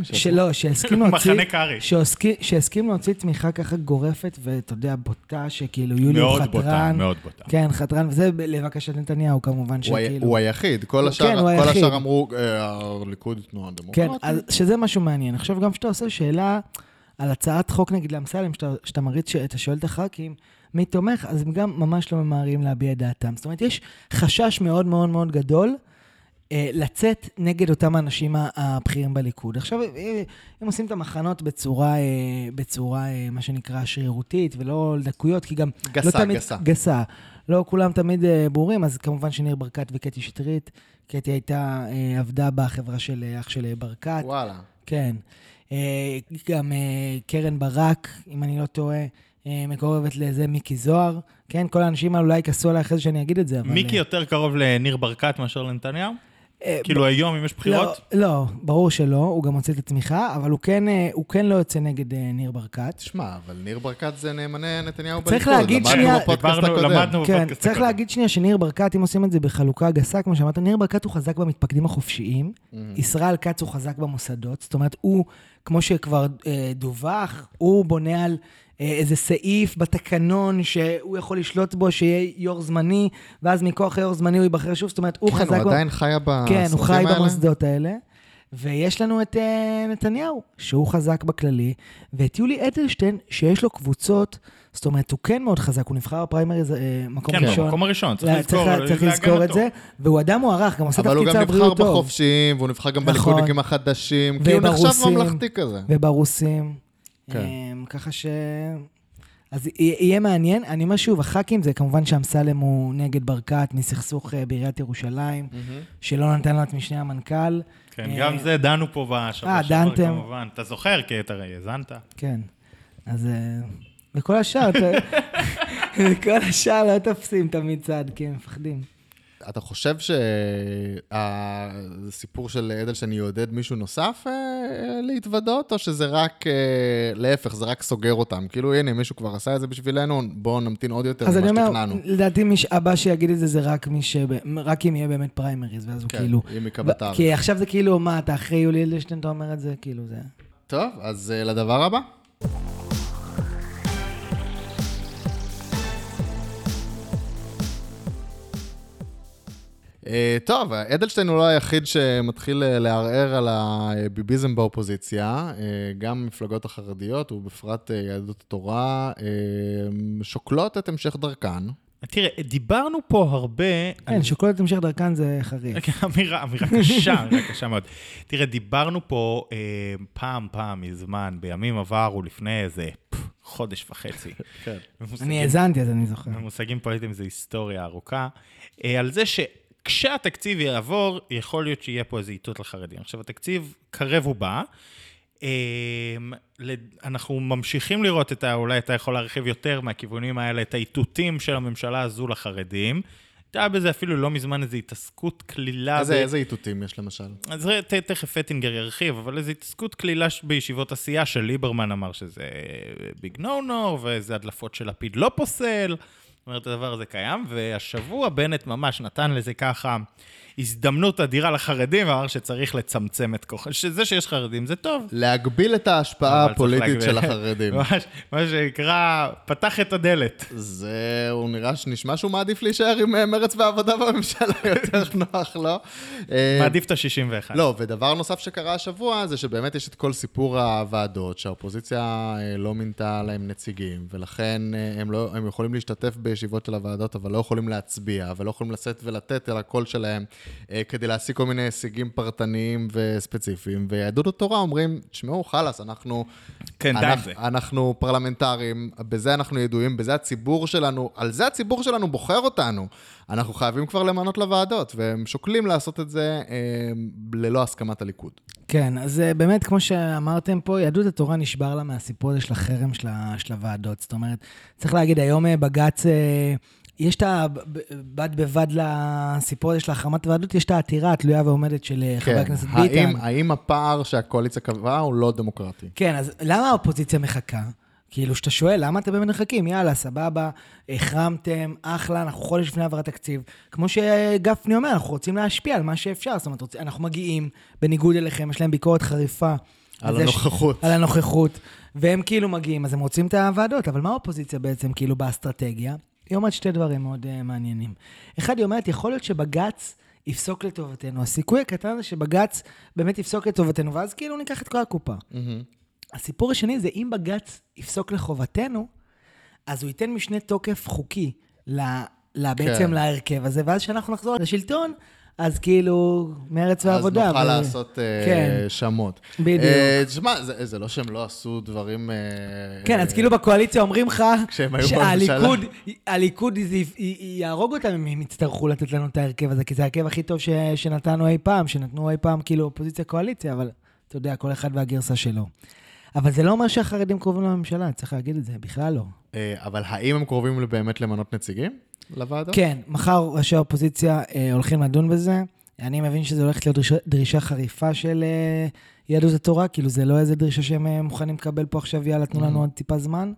שלא, שהסכים להוציא...
מחנה קרעי.
שהסכים, שהסכים להוציא תמיכה ככה גורפת, ואתה יודע, בוטה, שכאילו יולי הוא
מאוד
חתרן.
בוטה, מאוד בוטה.
כן, חתרן, וזה ב- לבקשת נתניהו כמובן,
הוא היה-
שכאילו...
הוא היחיד, כל השאר
כן, הוא
כל
היחיד.
השאר אמרו, אה, הליכוד תנועה
כן,
דמוקרטית.
אז שזה משהו מעניין. עכשיו, גם כשאתה עושה שאלה על הצעת חוק, נגיד, לאמסלם, שאתה- שאתה מריץ, שאתה שואל את הח"כים, מי תומך, אז הם גם ממש לא ממהרים להביע את דעתם. זאת אומרת, יש חשש מאוד מאוד מאוד גדול. אה, לצאת נגד אותם האנשים ה- הבכירים בליכוד. עכשיו, אה, הם עושים את המחנות בצורה, אה, בצורה, אה, מה שנקרא, שרירותית, ולא לדקויות, כי גם...
גסה,
לא תמיד,
גסה.
גסה. לא כולם תמיד אה, ברורים, אז כמובן שניר ברקת וקטי שטרית. קטי הייתה, אה, עבדה בחברה של אה, אח של אה, ברקת.
וואלה.
כן. אה, גם אה, קרן ברק, אם אני לא טועה, אה, מקורבת לזה מיקי זוהר. כן, כל האנשים האלה אולי יכעסו עליי אחרי זה שאני אגיד את זה, אבל...
מיקי
אה,
יותר קרוב לניר ברקת מאשר לנתניהו?
אה,
כאילו היום, אם יש בחירות?
לא, לא, ברור שלא, הוא גם הוציא את התמיכה, אבל הוא כן, אה, הוא כן לא יוצא נגד אה, ניר ברקת.
תשמע, אבל ניר ברקת זה נאמני נתניהו
צריך
בליכוד.
להגיד
למדנו
שנייה-
בפודקאסט
דיברנו,
הקודם.
למדנו
כן,
בפודקאסט
צריך
הקודם.
להגיד שנייה שניר ברקת, אם עושים את זה בחלוקה גסה, כמו שאמרת, ניר ברקת הוא חזק במתפקדים החופשיים, ישראל כץ הוא חזק במוסדות, זאת אומרת, הוא, כמו שכבר אה, דווח, הוא בונה על אה, איזה סעיף בתקנון שהוא יכול לשלוט בו, שיהיה יו"ר זמני, ואז מכוח היו"ר זמני הוא ייבחר שוב, זאת אומרת, הוא
כן,
חזק...
הוא
במ-
עדיין חיה במוסדות
כן,
אה, האלה?
הוא חי במוסדות האלה. ויש לנו את אה, נתניהו, שהוא חזק בכללי, ואת יולי אדלשטיין, שיש לו קבוצות, זאת אומרת, הוא כן מאוד חזק, הוא נבחר בפריימריז אה, מקום
כן,
ראשון.
במקום הראשון, צריך
לא,
לזכור,
צריך, צריך
לעגן
לזכור את
אותו.
זה, והוא אדם מוערך, גם עושה
אבל הוא
תפקיד
גם
שר
נבחר
בריאות טוב.
בחופשיים, והוא נבחר גם
נכון.
בליכודניקים החדשים. כאילו נחשב
וברוסים.
ממלכתי כזה.
וברוסים.
כן.
כן. ככה ש... אז יה- יהיה מעניין, אני אומר שוב, הח"כים זה כמובן שאמסלם הוא נגד ברקת מסכסוך אה, בעיריית ירושלים, שלא נתן לו את משנה המנכ"ל.
כן,
אה,
גם זה דנו פה בשבוע
אה,
שעבר,
דנתם.
כמובן. אתה זוכר, כי אתה הרי האזנת.
כן. אז... אה, וכל השאר, אתה- וכל השאר לא תופסים תמיד צעד, כי הם מפחדים.
אתה חושב שהסיפור של אדלשטיין יעודד מישהו נוסף אה, אה, להתוודות, או שזה רק, אה, להפך, זה רק סוגר אותם? כאילו, הנה, מישהו כבר עשה את זה בשבילנו, בואו נמתין עוד יותר
אז
ממה
אני אומר,
שתכננו.
לדעתי מי ש- הבא שיגיד את זה זה רק מי ש... רק אם יהיה באמת פריימריז, ואז הוא
כן,
כאילו...
אם יקבע
ב-
תאריך.
כי עכשיו זה כאילו, מה, אתה אחרי יולי אדלשטיין, אתה אומר את זה? כאילו, זה...
טוב, אז אה, לדבר הבא. אה, טוב, אדלשטיין הוא לא היחיד שמתחיל אה, לערער על הביביזם באופוזיציה, אה, גם המפלגות החרדיות ובפרט אה, יהדות התורה אה, שוקלות את המשך דרכן.
תראה, דיברנו פה הרבה... על-
כן, שוקולד המשך דרכן זה חריף.
כן, אמירה, אמירה קשה, אמירה קשה מאוד. תראה, דיברנו פה אה, פעם, פעם, מזמן, בימים עברו, לפני איזה פף, חודש וחצי.
כן.
אני האזנתי, אז אני זוכר.
המושגים פוליטיים זה היסטוריה ארוכה, אה, על זה שכשהתקציב יעבור, יכול להיות שיהיה פה איזה איתות לחרדים. עכשיו, התקציב קרב ובא. אה, לד- אנחנו ממשיכים לראות את ה... אולי אתה יכול להרחיב יותר מהכיוונים האלה, את האיתותים של הממשלה הזו לחרדים. הייתה בזה אפילו לא מזמן איזו התעסקות קלילה.
איזה
ב-
איזה איתותים יש למשל?
אז ראה, ת- תכף פטינגר ירחיב, אבל איזו התעסקות קלילה ש- בישיבות הסיעה של ליברמן אמר שזה אה, ביג נו נו, ואיזה הדלפות שלפיד לא פוסל. זאת אומרת, הדבר הזה קיים, והשבוע בנט ממש נתן לזה ככה הזדמנות אדירה לחרדים, ואמר שצריך לצמצם את כוחם. שזה שיש חרדים זה טוב.
להגביל את ההשפעה
אבל צריך
הפוליטית
להגביל.
של החרדים.
ממש, מה שנקרא, פתח את הדלת.
זה, הוא נראה שנשמע שהוא מעדיף להישאר עם אה, מרץ והעבודה בממשלה, יותר נוח לו. אה,
מעדיף את ה-61.
לא, ודבר נוסף שקרה השבוע זה שבאמת יש את כל סיפור הוועדות, שהאופוזיציה אה, לא מינתה להם נציגים, ולכן אה, הם, לא, הם יכולים להשתתף בישיבות של הוועדות, אבל לא יכולים להצביע, ולא יכולים לשאת ולתת על הקול שלהם, אה, כדי להשיג כל מיני הישגים פרטניים וספציפיים. ויהדות התורה אומרים, תשמעו, חלאס, אנחנו...
כן, די עם
אנחנו-
זה."
אנחנו פרלמנטרים, בזה אנחנו ידועים, בזה הציבור שלנו, על זה הציבור שלנו בוחר אותנו. אנחנו חייבים כבר למנות לוועדות, והם שוקלים לעשות את זה אה, ללא הסכמת הליכוד.
כן, אז אה, באמת, כמו שאמרתם פה, יהדות התורה נשבר לה מהסיפור הזה של החרם של, ה, של הוועדות. זאת אומרת, צריך להגיד, היום אה, בג"ץ, אה, יש את ה... ב- ב- בד בבד לסיפור הזה של החרמת ועדות, יש את העתירה התלויה ועומדת של אה, חבר הכנסת ביטן.
כן, האם, האם הפער שהקואליציה קבעה הוא לא דמוקרטי?
כן, אז למה האופוזיציה מחכה? כאילו, שאתה שואל, למה אתם באמת מחכים? יאללה, סבבה, החרמתם, אחלה, אנחנו חודש לפני העברת תקציב. כמו שגפני אומר, אנחנו רוצים להשפיע על מה שאפשר. זאת אומרת, רוצ- אנחנו מגיעים, בניגוד אליכם, יש להם ביקורת חריפה.
על
אז יש-
הנוכחות.
על הנוכחות. והם כאילו מגיעים, אז הם רוצים את הוועדות, אבל מה האופוזיציה בעצם, כאילו, באסטרטגיה? היא אומרת שתי דברים מאוד uh, מעניינים. אחד, היא אומרת, יכול להיות שבג"ץ יפסוק לטובתנו. הסיכוי הקטן זה שבג"ץ באמת יפסוק לטובתנו, ואז כאילו ניקח את כל הקופה. הסיפור השני זה אם בג"ץ יפסוק לחובתנו, אז הוא ייתן משנה תוקף חוקי ל, ל, בעצם
כן.
להרכב הזה, ואז כשאנחנו נחזור לשלטון, אז כאילו, מרץ והעבודה.
אז נוכל
ו-
לעשות אה,
כן.
שמות.
בדיוק.
אה, תשמע, זה, זה לא שהם לא עשו דברים... אה,
כן, אז כאילו בקואליציה אומרים לך
כשהם היו
שהליכוד, הליכוד זה- י- י- יהרוג אותם אם הם יצטרכו לתת לנו את ההרכב הזה, כי זה ההרכב הכי טוב ש- שנתנו אי פעם, שנתנו אי פעם כאילו אופוזיציה-קואליציה, אבל אתה יודע, כל אחד והגרסה שלו. אבל זה לא אומר שהחרדים קרובים לממשלה, צריך להגיד את זה, בכלל לא.
אה, אבל האם הם קרובים באמת למנות נציגים לוועדות?
כן, מחר ראשי האופוזיציה אה, הולכים לדון בזה. אני מבין שזה הולכת להיות דרישה, דרישה חריפה של אה, יהדות התורה, כאילו זה לא איזה דרישה שהם אה, מוכנים לקבל פה עכשיו, יאללה, תנו לנו עוד טיפה זמן.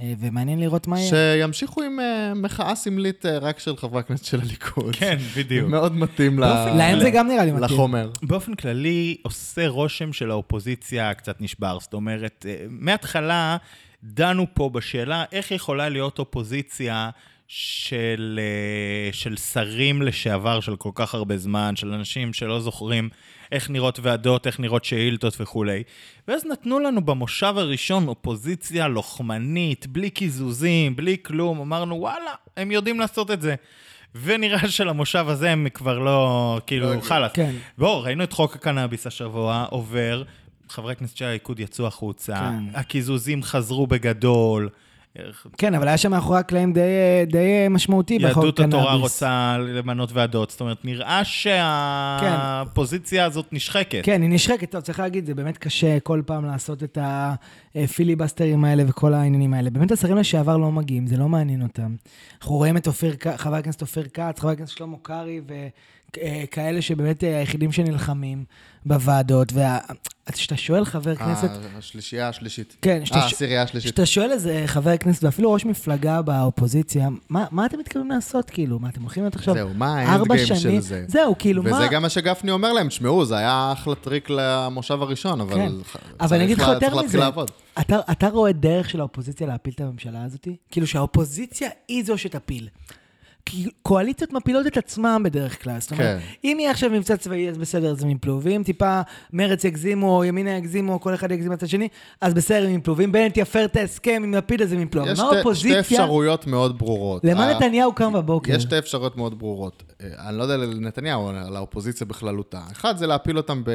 אה, ומעניין לראות מה יהיה.
שימשיכו עם אה, מחאה סמלית אה, רק של חברי הכנסת של הליכוד.
כן, בדיוק.
מאוד מתאים ל...
באופן- להם זה גם נראה לי מתאים.
לחומר.
באופן כללי, עושה רושם של האופוזיציה קצת נשבר. זאת אומרת, אה, מההתחלה דנו פה בשאלה איך יכולה להיות אופוזיציה של, אה, של שרים לשעבר של כל כך הרבה זמן, של אנשים שלא זוכרים איך נראות ועדות, איך נראות שאילתות וכולי. ואז נתנו לנו במושב הראשון אופוזיציה לוחמנית, בלי קיזוזים, בלי כלום. אמרנו, וואלה, הם יודעים לעשות את זה. ונראה שלמושב הזה הם כבר לא, כאילו, חלאס.
כן.
בואו, ראינו את חוק הקנאביס השבוע, עובר, חברי הכנסת של הליכוד יצאו החוצה,
כן.
הקיזוזים חזרו בגדול,
כן, אבל היה שם מאחורי הקלעים די, אה, די אה, משמעותי בחוק
יהדות
קנאביס.
התורה רוצה למנות ועדות, זאת אומרת, נראה שהפוזיציה הזאת נשחקת.
כן, היא נשחקת, טוב, צריך להגיד, זה באמת קשה כל פעם לעשות את הפיליבסטרים האלה וכל העניינים האלה. באמת השרים לשעבר לא מגיעים, זה לא מעניין אותם. אנחנו רואים את אופיר, כ- חבר הכנסת אופיר כץ, חבר הכנסת שלמה קרעי, וכאלה שבאמת אה, היחידים שנלחמים בוועדות. וכשאתה שואל
אה,
חבר כנסת...
השלישייה השלישית.
כן,
אה, הסירייה השלישית.
כשאתה שואל איזה חבר כנסת, ואפילו ראש מפלגה באופוזיציה, מה, מה אתם מתכוונים לעשות, כאילו? מה, אתם הולכים להיות עכשיו
זהו, מה
ארבע
האנד גיים של
שנים?
זה?
זהו, כאילו, מה...
וזה גם מה שגפני אומר להם, תשמעו, זה היה אחלה טריק למושב הראשון, אבל...
כן.
ח-
אבל אני אגיד לך
צריך לה-
יותר
צריך להתחיל
מזה.
לעבוד.
אתה, אתה רואה דרך של האופוזיציה להפיל את הממשלה הזאת? כאילו שהאופוזיציה היא זו שתפיל. כי קואליציות מפילות את עצמם בדרך כלל. זאת אומרת,
כן.
אם יהיה עכשיו מבצע צבאי, אז בסדר, אז הם יפלו. ואם טיפה מרץ יגזימו, או ימינה יגזימו, או כל אחד יגזים את השני, אז בסדר, הם יפלו. ואם בנט יפר את ההסכם עם לפיד, אז הם יפלו. אבל
יש
מה
שתי- שתי
האופוזיציה?
אפשרויות מאוד ברורות.
למה
ה-
נתניהו אוקיי. קם בבוקר?
יש שתי אפשרויות מאוד ברורות. אה, אני לא יודע לנתניהו, אבל לאופוזיציה בכללותה. אחד, זה להפיל אותם ב-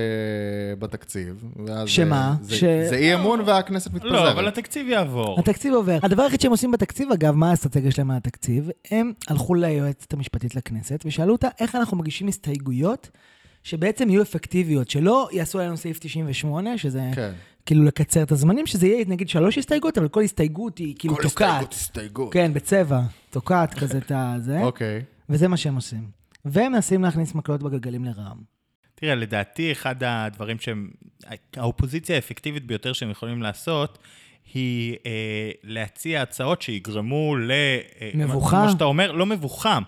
בתקציב. ואז,
שמה?
אה, זה-
ש-
זה אי אמון והכנסת מתפזרת.
לא, אבל התקציב יעבור.
התקציב עובר. הדבר היחיד שהם עושים בתקציב, אגב, מה האסטרטגיה שלהם על התקציב? הם הלכו ליועצת המשפטית לכנסת ושאלו אותה איך אנחנו מגישים הסתייגויות שבעצם יהיו אפקטיביות, שלא יעשו עלינו סעיף 98, שזה
כן.
כאילו לקצר את הזמנים, שזה יהיה נגיד שלוש הסתייגות, אבל כל הסתייגות היא כאילו
כל הסתייגות,
תוקעת.
הסתייגות.
כן, בצבע, תוקעת כזה את הזה,
אוקיי.
וזה מה שהם עושים. והם מנסים להכניס מקלות בגלגלים לרע"מ.
תראה, לדעתי, אחד הדברים שהם... האופוזיציה האפקטיבית ביותר שהם יכולים לעשות, היא אה, להציע הצעות שיגרמו ל... אה,
מבוכה?
כמו שאתה אומר, לא מבוכה,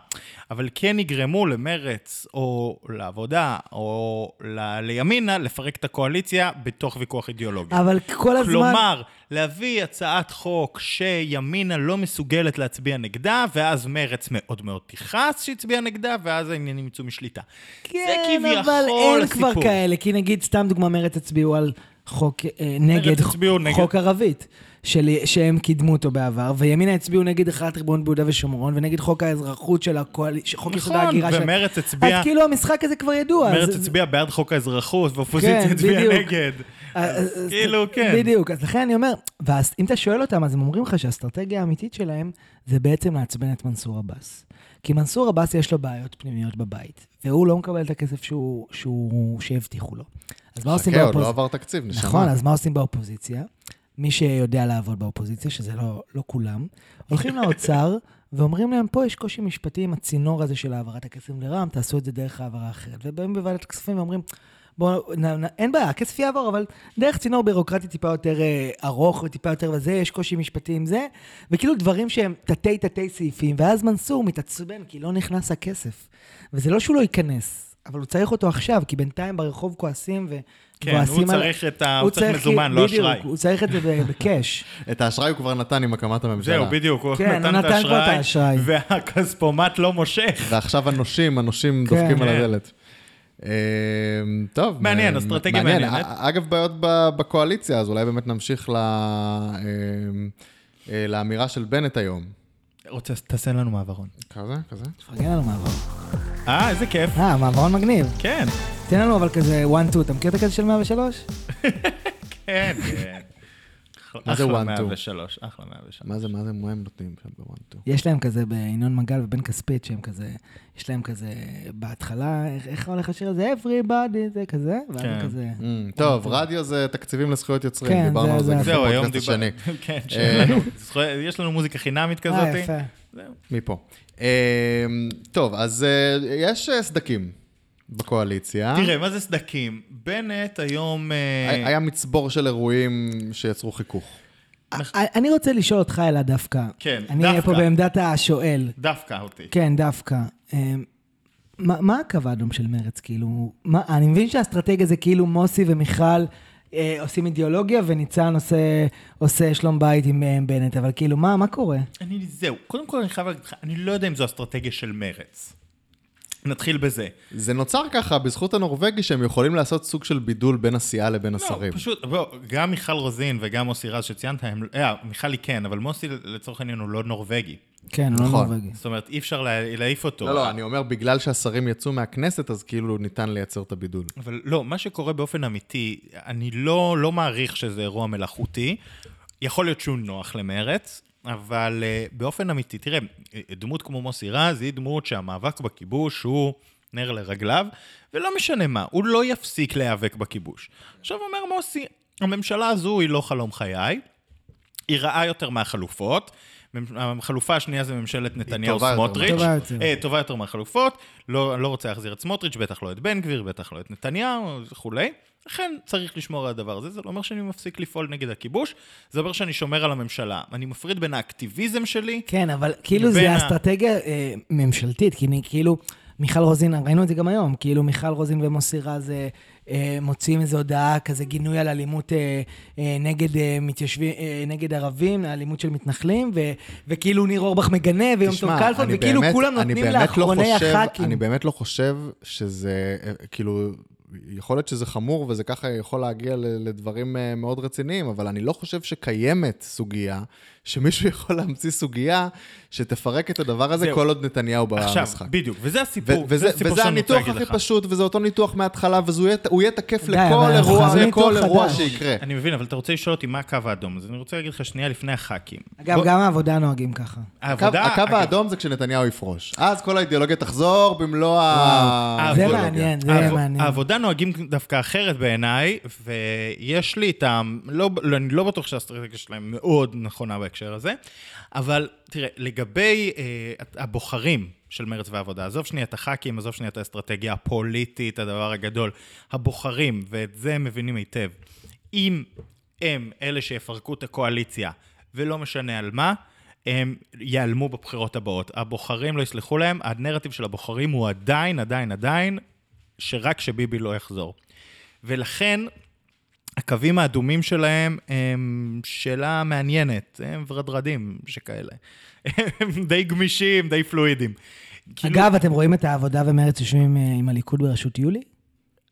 אבל כן יגרמו למרץ, או לעבודה, או ל... לימינה, לפרק את הקואליציה בתוך ויכוח אידיאולוגי.
אבל כל הזמן...
כלומר, להביא הצעת חוק שימינה לא מסוגלת להצביע נגדה, ואז מרץ מאוד מאוד תכעס שהצביע נגדה, ואז העניינים יצאו משליטה.
כן,
זה
אבל
כביכול
אין
הסיפור.
כבר כאלה, כי נגיד, סתם דוגמה, מרצ הצביעו על חוק אה, נגד,
הצביעו
חוק
נגד-
חוק ערבית, של, שהם קידמו אותו בעבר, וימינה הצביעו נגד החלת ריבונות ביהודה ושומרון, ונגד חוק האזרחות של הקואליציה, חוק יסוד
נכון,
ההגירה של...
ומרצ הצביע-
אז כאילו המשחק הזה כבר ידוע.
מרץ
אז-
הצביע בעד חוק האזרחות, והאופוזיציה
כן,
הצביעה
בדיוק.
נגד. אז כאילו, כן.
בדיוק, אז לכן אני אומר, ואז אם אתה שואל אותם, אז הם אומרים לך שהאסטרטגיה האמיתית שלהם זה בעצם לעצבן את מנסור עבאס. כי מנסור עבאס יש לו בעיות פנימיות בבית, והוא לא מקבל את הכסף שהוא, שהוא, שהבטיחו לו. אז מה עושים
חכה, עוד לא
באופוזיציה?
עבר תקציב, נשמה.
נכון, אז מה עושים באופוזיציה? מי שיודע לעבוד באופוזיציה, שזה לא, לא כולם, הולכים לאוצר ואומרים להם, פה יש קושי משפטי עם הצינור הזה של העברת הכספים לרע"מ, תעשו את זה דרך העברה אחרת. ובאים בוועדת הכספים ואומרים, בואו, אין בעיה, הכסף יעבור, אבל דרך צינור בירוקרטי טיפה יותר אה, ארוך וטיפה יותר וזה, יש קושי משפטי עם זה, וכאילו דברים שהם תתי-תתי סעיפים, ואז מנסור מתעצבן כי לא נכנס הכסף. וזה לא שהוא לא ייכנס, אבל הוא צריך אותו עכשיו, כי בינתיים ברחוב כועסים ו...
כן, הוא
כועסים על-
צריך את ה... הוא צריך מזומן, לא
בדיוק,
אשראי.
הוא צריך את זה ב- בקאש.
את האשראי הוא כבר נתן עם הקמת הממשלה.
זהו, בדיוק, הוא
כן,
נתן
הוא
את
נתן כבר את
האשראי,
האשראי.
והכספומט לא מושך.
ועכשיו הנושים, הנושים
כן.
דופקים על
כן.
הדלת. אה, טוב.
מעניין,
אה,
אסטרטגיה
מעניין.
מעניינת.
א- אגב, בעיות ב- בקואליציה, אז אולי באמת נמשיך ל- אה, אה, לאמירה של בנט היום.
רוצה, תעשה לנו מעברון.
כזה, כזה.
תפרגן לנו מעברון.
אה, איזה כיף.
אה, מעברון מגניב.
כן,
תן לנו אבל כזה 1-2, אתה מכיר את הקטע של 103?
כן, כן.
מה זה
אחלה
one, two?
103, אחלה 103.
מה זה, מה זה, מה הם נותנים שם בוואן טו?
יש להם כזה בינון מגל ובן כספית, שהם כזה, יש להם כזה, בהתחלה, איך- איך הולך השיר הזה? Everybody, זה כזה, ואז
כן.
הם כזה... אה,
טוב, רדיו זה תקציבים לזכויות יוצרים,
Mm, כן,
דיברנו
זה-
על זה
זה-
כבר
זהו, היום
בפודקאסט
דיברנו.
השני. אה.
כן, שיהיה לנו- יש לנו מוזיקה חינמית כזאת.
אה, יפה.
מפה. אה, טוב, אז אה, יש אה, סדקים בקואליציה.
תראה, מה זה סדקים? בנט היום... אה,
היה היה מצבור של אירועים שיצרו חיכוך.
אה, אני רוצה לשאול אותך, אלעד, דווקא.
כן,
אני אהיה פה
דווקא.
בעמדת השואל.
דווקא אותי.
כן, דווקא. אמ, מה מה הקו האדום של מרץ, כאילו? מה, אני מבין שהאסטרטגיה זה כאילו מוסי ומיכל אה, עושים אידיאולוגיה וניצן עושה, עושה שלום בית עם אה, בנט, אבל כאילו, מה, מה קורה?
אני, זהו. קודם כל, אני חייב להגיד לך, אני לא יודע אם זו אסטרטגיה של מרץ. נתחיל בזה.
זה נוצר ככה בזכות הנורבגי שהם יכולים לעשות סוג של בידול בין הסיעה לבין השרים.
לא, פשוט, בוא, גם מיכל רוזין וגם מוסי רז שציינת, הם, אה, מיכל היא כן, אבל מוסי לצורך העניין הוא לא נורבגי.
כן, הוא לא
נכון.
נורבגי.
זאת אומרת, אי אפשר לה, להעיף אותו.
לא, לא, אני אומר, בגלל שהשרים יצאו מהכנסת, אז כאילו ניתן לייצר את הבידול.
אבל לא, מה שקורה באופן אמיתי, אני לא, לא מעריך שזה אירוע מלאכותי. יכול להיות שהוא נוח למרץ, אבל אה, באופן אמיתי, תראה, אה, דמות כמו מוסי רז היא דמות שהמאבק בכיבוש הוא נר לרגליו, ולא משנה מה, הוא לא יפסיק להיאבק בכיבוש. עכשיו אומר מוסי, הממשלה הזו היא לא חלום חיי, היא רעה יותר מהחלופות. ממ- החלופה השנייה זה ממשלת נתניהו
טובה יותר.
סמוטריץ'.
טובה יותר.
אה, טובה יותר מהחלופות, לא, לא רוצה להחזיר את סמוטריץ', בטח לא את בן גביר, בטח לא את נתניהו וכולי. לכן צריך לשמור על הדבר הזה, זה לא אומר שאני מפסיק לפעול נגד הכיבוש, זה אומר שאני שומר על הממשלה. אני מפריד בין האקטיביזם שלי,
כן, אבל כאילו זה
בין ה-
אסטרטגיה אה, ממשלתית, כי אני- כאילו, מיכל רוזין, ראינו את זה גם היום, כאילו מיכל רוזין ומוסי רז אה, אה, מוציאים איזו הודעה, כזה גינוי על אלימות אה, אה, נגד אה, מתיישבים, אה, נגד ערבים, אלימות של מתנחלים, ו- וכאילו ניר אורבך מגנה, ויום טוב
תשמע,
כלפון,
אני
וכאילו
באמת-
כולם
אני
נותנים
באמת לא
לאחרוני
חושב-
הח"כים.
אני באמת לא חושב שזה, אה, כאילו, יכול להיות שזה חמור וזה ככה יכול להגיע ל- לדברים אה, מאוד רציניים, אבל אני לא חושב שקיימת סוגיה, שמישהו יכול להמציא סוגיה שתפרק את הדבר הזה
זהו.
כל עוד נתניהו
עכשיו,
במשחק.
בדיוק, וזה
ו-
הסיפור,
וזה,
זה הסיפור
וזה
שאני רוצה
הניתוח
להגיד
הכי
לך.
פשוט, וזה אותו ניתוח מההתחלה, והוא יהיה, הוא יהיה תקף
די,
לכל
אבל אנחנו
אירוע,
חייבים
לכל
ניתוח
אירוע
חדש.
שיקרה.
אני מבין, אבל אתה רוצה לשאול אותי מה הקו האדום, אז אני רוצה להגיד לך שנייה לפני הח"כים.
אגב,
בוא-
גם העבודה נוהגים ככה.
הקו,
העבודה-
הקו
אגב,
האדום זה כשנתניהו יפרוש. אז כל האידיאולוגיה תחזור במלוא ה...
זה
האידיאולוגיה.
מעניין. כן, זה
העב-
מעניין.
העבודה נוהגים דווקא אחרת בעיניי, ויש לי את ה... לא, לא, אני לא בטוח שהאסטרטגיה שלהם מאוד נכונה בהקשר הזה, אבל תראה, לגבי אה, הבוחרים של מרץ והעבודה, עזוב שנייה את הח"כים, עזוב שנייה את האסטרטגיה הפוליטית, הדבר הגדול, הבוחרים, ואת זה הם מבינים היטב. אם הם אלה שיפרקו את הקואליציה, ולא משנה על מה, הם ייעלמו בבחירות הבאות. הבוחרים לא יסלחו להם, הנרטיב של הבוחרים הוא עדיין, עדיין, עדיין, שרק שביבי לא יחזור. ולכן, הקווים האדומים שלהם הם שאלה מעניינת, הם ורדרדים שכאלה. הם די גמישים, די פלואידים. כאילו,
אגב, אתם רואים את העבודה ומרצ יושבים אה, עם הליכוד בראשות יולי?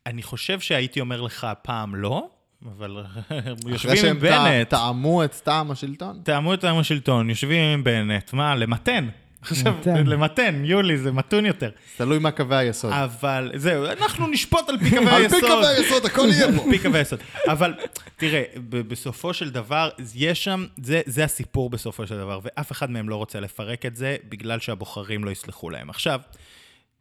אני חושב שהייתי אומר לך פעם לא, אבל
אחרי
יושבים עם
שהם טע-
בנט.
טעמו את טעם השלטון.
תאמו את טעם השלטון, יושבים עם בנט, מה, למתן. עכשיו,
מתן.
למתן, יולי, זה מתון יותר.
תלוי מה קווי היסוד.
אבל זהו, אנחנו נשפוט על פי קווי
על פי
היסוד.
קווי היסוד, הכל יהיה פה.
על פי קווי היסוד. אבל תראה, ב- בסופו של דבר, יש שם, זה, זה הסיפור בסופו של דבר, ואף אחד מהם לא רוצה לפרק את זה, בגלל שהבוחרים לא יסלחו להם. עכשיו,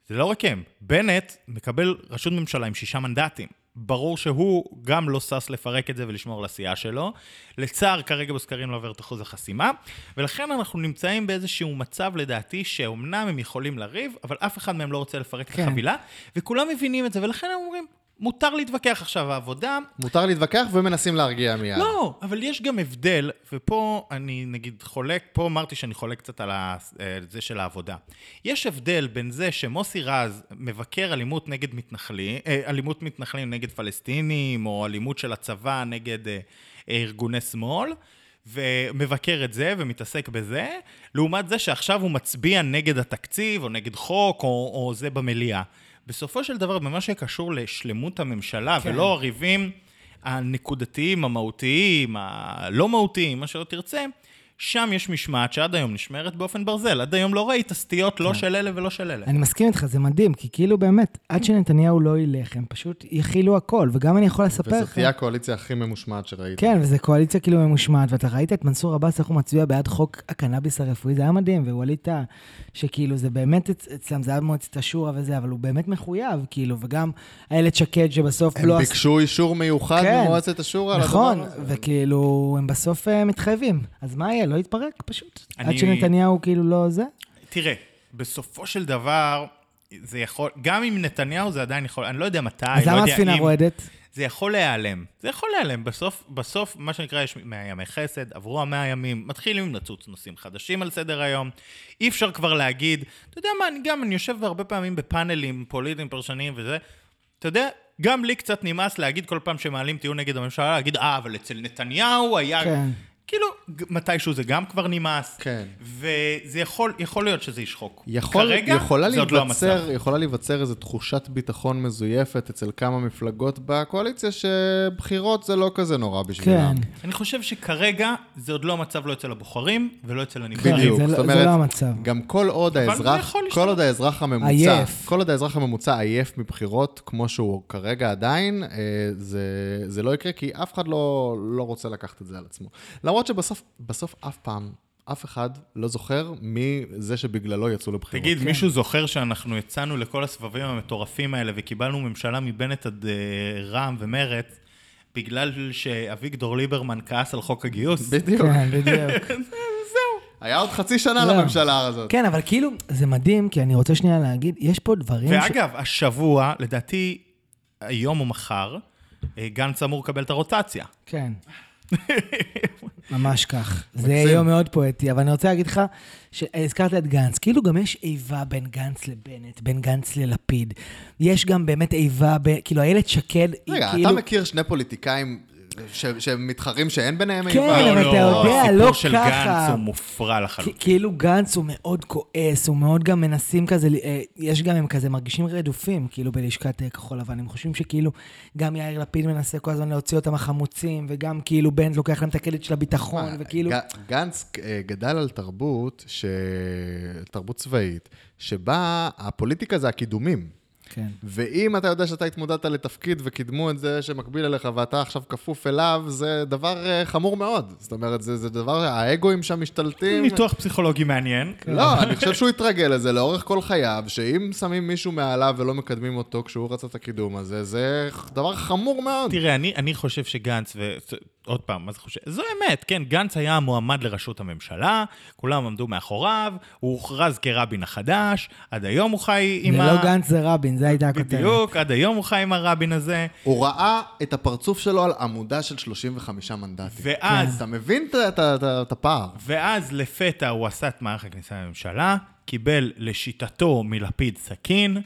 זה לא רק הם, בנט מקבל ראשות ממשלה עם שישה מנדטים. ברור שהוא גם לא שש לפרק את זה ולשמור על הסיעה שלו. לצער, כרגע בסקרים לא עובר את אחוז החסימה, ולכן אנחנו נמצאים באיזשהו מצב, לדעתי, שאומנם הם יכולים לריב, אבל אף אחד מהם לא רוצה לפרק את
כן.
החבילה, וכולם מבינים את זה, ולכן הם אומרים, מותר להתווכח עכשיו, העבודה,
מותר להתווכח ומנסים להרגיע מיד.
לא, אבל יש גם הבדל, ופה אני נגיד חולק, פה אמרתי שאני חולק קצת על ה- אה, זה של העבודה. יש הבדל בין זה שמוסי רז מבקר אלימות נגד מתנחלים, אה, אלימות מתנחלים נגד פלסטינים, או אלימות של הצבא נגד אה, אה, ארגוני שמאל, ומבקר את זה ומתעסק בזה, לעומת זה שעכשיו הוא מצביע נגד התקציב, או נגד חוק, או, או זה במליאה. בסופו של דבר, במה שקשור לשלמות הממשלה, כן. ולא הריבים... הנקודתיים, המהותיים, הלא מהותיים, מה שלא תרצה, שם יש משמעת שעד היום נשמרת באופן ברזל. עד היום לא ראית סטיות
כן.
לא של אלה ולא של אלה.
אני מסכים איתך, זה מדהים, כי כאילו באמת, עד שנתניהו לא ילך, הם פשוט יכילו הכל, וגם אני יכול לספר
וזאת
לך...
תהיה הקואליציה הכי ממושמעת שראיתי.
כן, וזו קואליציה כאילו ממושמעת, ואתה ראית את מנסור עבאס, איך הוא מצביע בעד חוק הקנאביס הרפואי, זה היה מדהים, ווליד טאה, שכאילו זה באמת אצ- אצלם, זה היה מועצת השורא וזה, אבל הוא באמת מחויב, כאילו, וגם איילת שקד, שבסוף
הם
לא... עש-
ביקשו אישור מיוחד
כן.
ממועצת השורא על הדבר
נכון,
הזה.
וכאילו, הם בסוף אה, מתחייבים. אז מה יהיה? לא יתפרק פשוט?
אני-
עד שנתניהו כאילו לא זה?
תראה, בסופו של דבר, זה יכול, גם אם נתניהו זה עדיין יכול, אני לא יודע מתי,
אז
לא
למה
יודע
הספינה
אם,
רועדת?
זה יכול להיעלם. זה יכול להיעלם. בסוף, בסוף, מה שנקרא, יש 100 ימי חסד, עברו המאה ימים, מתחילים לצוץ נושאים חדשים על סדר היום. אי אפשר כבר להגיד, אתה יודע מה, אני גם, אני יושב הרבה פעמים בפאנלים פוליטיים, פרשניים וזה, אתה יודע, גם לי קצת נמאס להגיד כל פעם שמעלים טיעון נגד הממשלה, להגיד, אה, אבל אצל נתניהו היה...
כן.
כאילו, ג- מתישהו זה גם כבר נמאס.
כן.
וזה יכול, יכול להיות שזה ישחוק.
יכול,
כרגע,
יכולה,
זה עוד לא
להיווצר,
המצב.
יכולה להיווצר איזו תחושת ביטחון מזויפת אצל כמה מפלגות בקואליציה, שבחירות זה לא כזה נורא
כן.
בשבילם.
אני חושב שכרגע זה עוד לא המצב לא אצל הבוחרים ולא אצל הנבחרים.
כן,
בדיוק,
זה לא-
זאת
זה
אומרת,
לא המצב.
גם כל עוד
זה
האזרח,
יכול
כל
להשתנות.
עוד האזרח הממוצע,
עייף.
כל עוד האזרח הממוצע עייף מבחירות, כמו שהוא כרגע עדיין, אה, זה, זה לא יקרה, כי אף אחד לא, לא רוצה לקחת את זה על עצמו. למרות שבסוף, בסוף אף פעם, אף אחד לא זוכר מי זה שבגללו יצאו לבחירות.
תגיד,
אוקיי.
מישהו זוכר שאנחנו יצאנו לכל הסבבים המטורפים האלה וקיבלנו ממשלה מבנט עד אה, רע"מ ומרצ, בגלל שאביגדור ליברמן כעס על חוק הגיוס?
בדיוק. אוקיי.
כן, בדיוק.
היה עוד חצי שנה
לא.
לממשלה הזאת.
כן, אבל כאילו, זה מדהים, כי אני רוצה שנייה להגיד, יש פה דברים ש...
ואגב, השבוע, לדעתי, היום או מחר, אה, גנץ אמור לקבל את הרוטציה.
כן. ממש כך. זה
מקסים.
יום מאוד פואטי, אבל אני רוצה להגיד לך, שהזכרת את גנץ, כאילו גם יש איבה בין גנץ לבנט, בין גנץ ללפיד. יש גם באמת איבה, ב... כאילו איילת שקד, היא
רגע,
כאילו...
אתה מכיר שני פוליטיקאים ש- שמתחרים שאין ביניהם
כן,
איבה?
אבל אתה יודע, לא
הסיפור של
ככה.
גנץ הוא מופרע
כי-
לחלוטין.
כאילו גנץ הוא מאוד כועס, הוא מאוד גם מנסים כזה, אה, יש גם, הם כזה מרגישים רדופים, כאילו בלשכת אה, כחול לבן, הם חושבים שכאילו גם יאיר לפיד מנסה כל הזמן להוציא אותם החמוצים, וגם כאילו בנט לוקח להם את הקרדיט של הביטחון,
מה,
נכון, וכאילו...
ג- גנץ אה, גדל על תרבות, ש... תרבות צבאית, שבה הפוליטיקה זה הקידומים.
כן.
ואם אתה יודע שאתה התמודדת לתפקיד וקידמו את זה שמקביל אליך ואתה עכשיו כפוף אליו, זה דבר אה, חמור מאוד. זאת אומרת, זה, זה דבר, האגואים שם משתלטים.
ניתוח פסיכולוגי מעניין.
לא, אני חושב שהוא התרגל לזה לאורך כל חייו, שאם שמים מישהו מעליו ולא מקדמים אותו כשהוא רצה את הקידום הזה, זה דבר חמור מאוד.
תראה, אני, אני חושב שגנץ, ועוד פעם, מה זה חושב? זו אמת, כן, גנץ היה המועמד לראשות הממשלה, כולם עמדו מאחוריו, הוא הוכרז כרבין החדש, עד היום הוא חי עם
זה
ה...
לא גנץ, זה רבין, זה הייתה הכותרת.
בדיוק, עד היום הוא חי עם הרבין הזה,
הוא ראה את הפרצוף שלו על עמודה של 35 מנדטים.
ואז-
אתה מבין את ה- את ה- את ה- את הפער?
ואז לפתע הוא עשה את מערך הכניסה לממשלה, קיבל לשיטתו מלפיד סכין,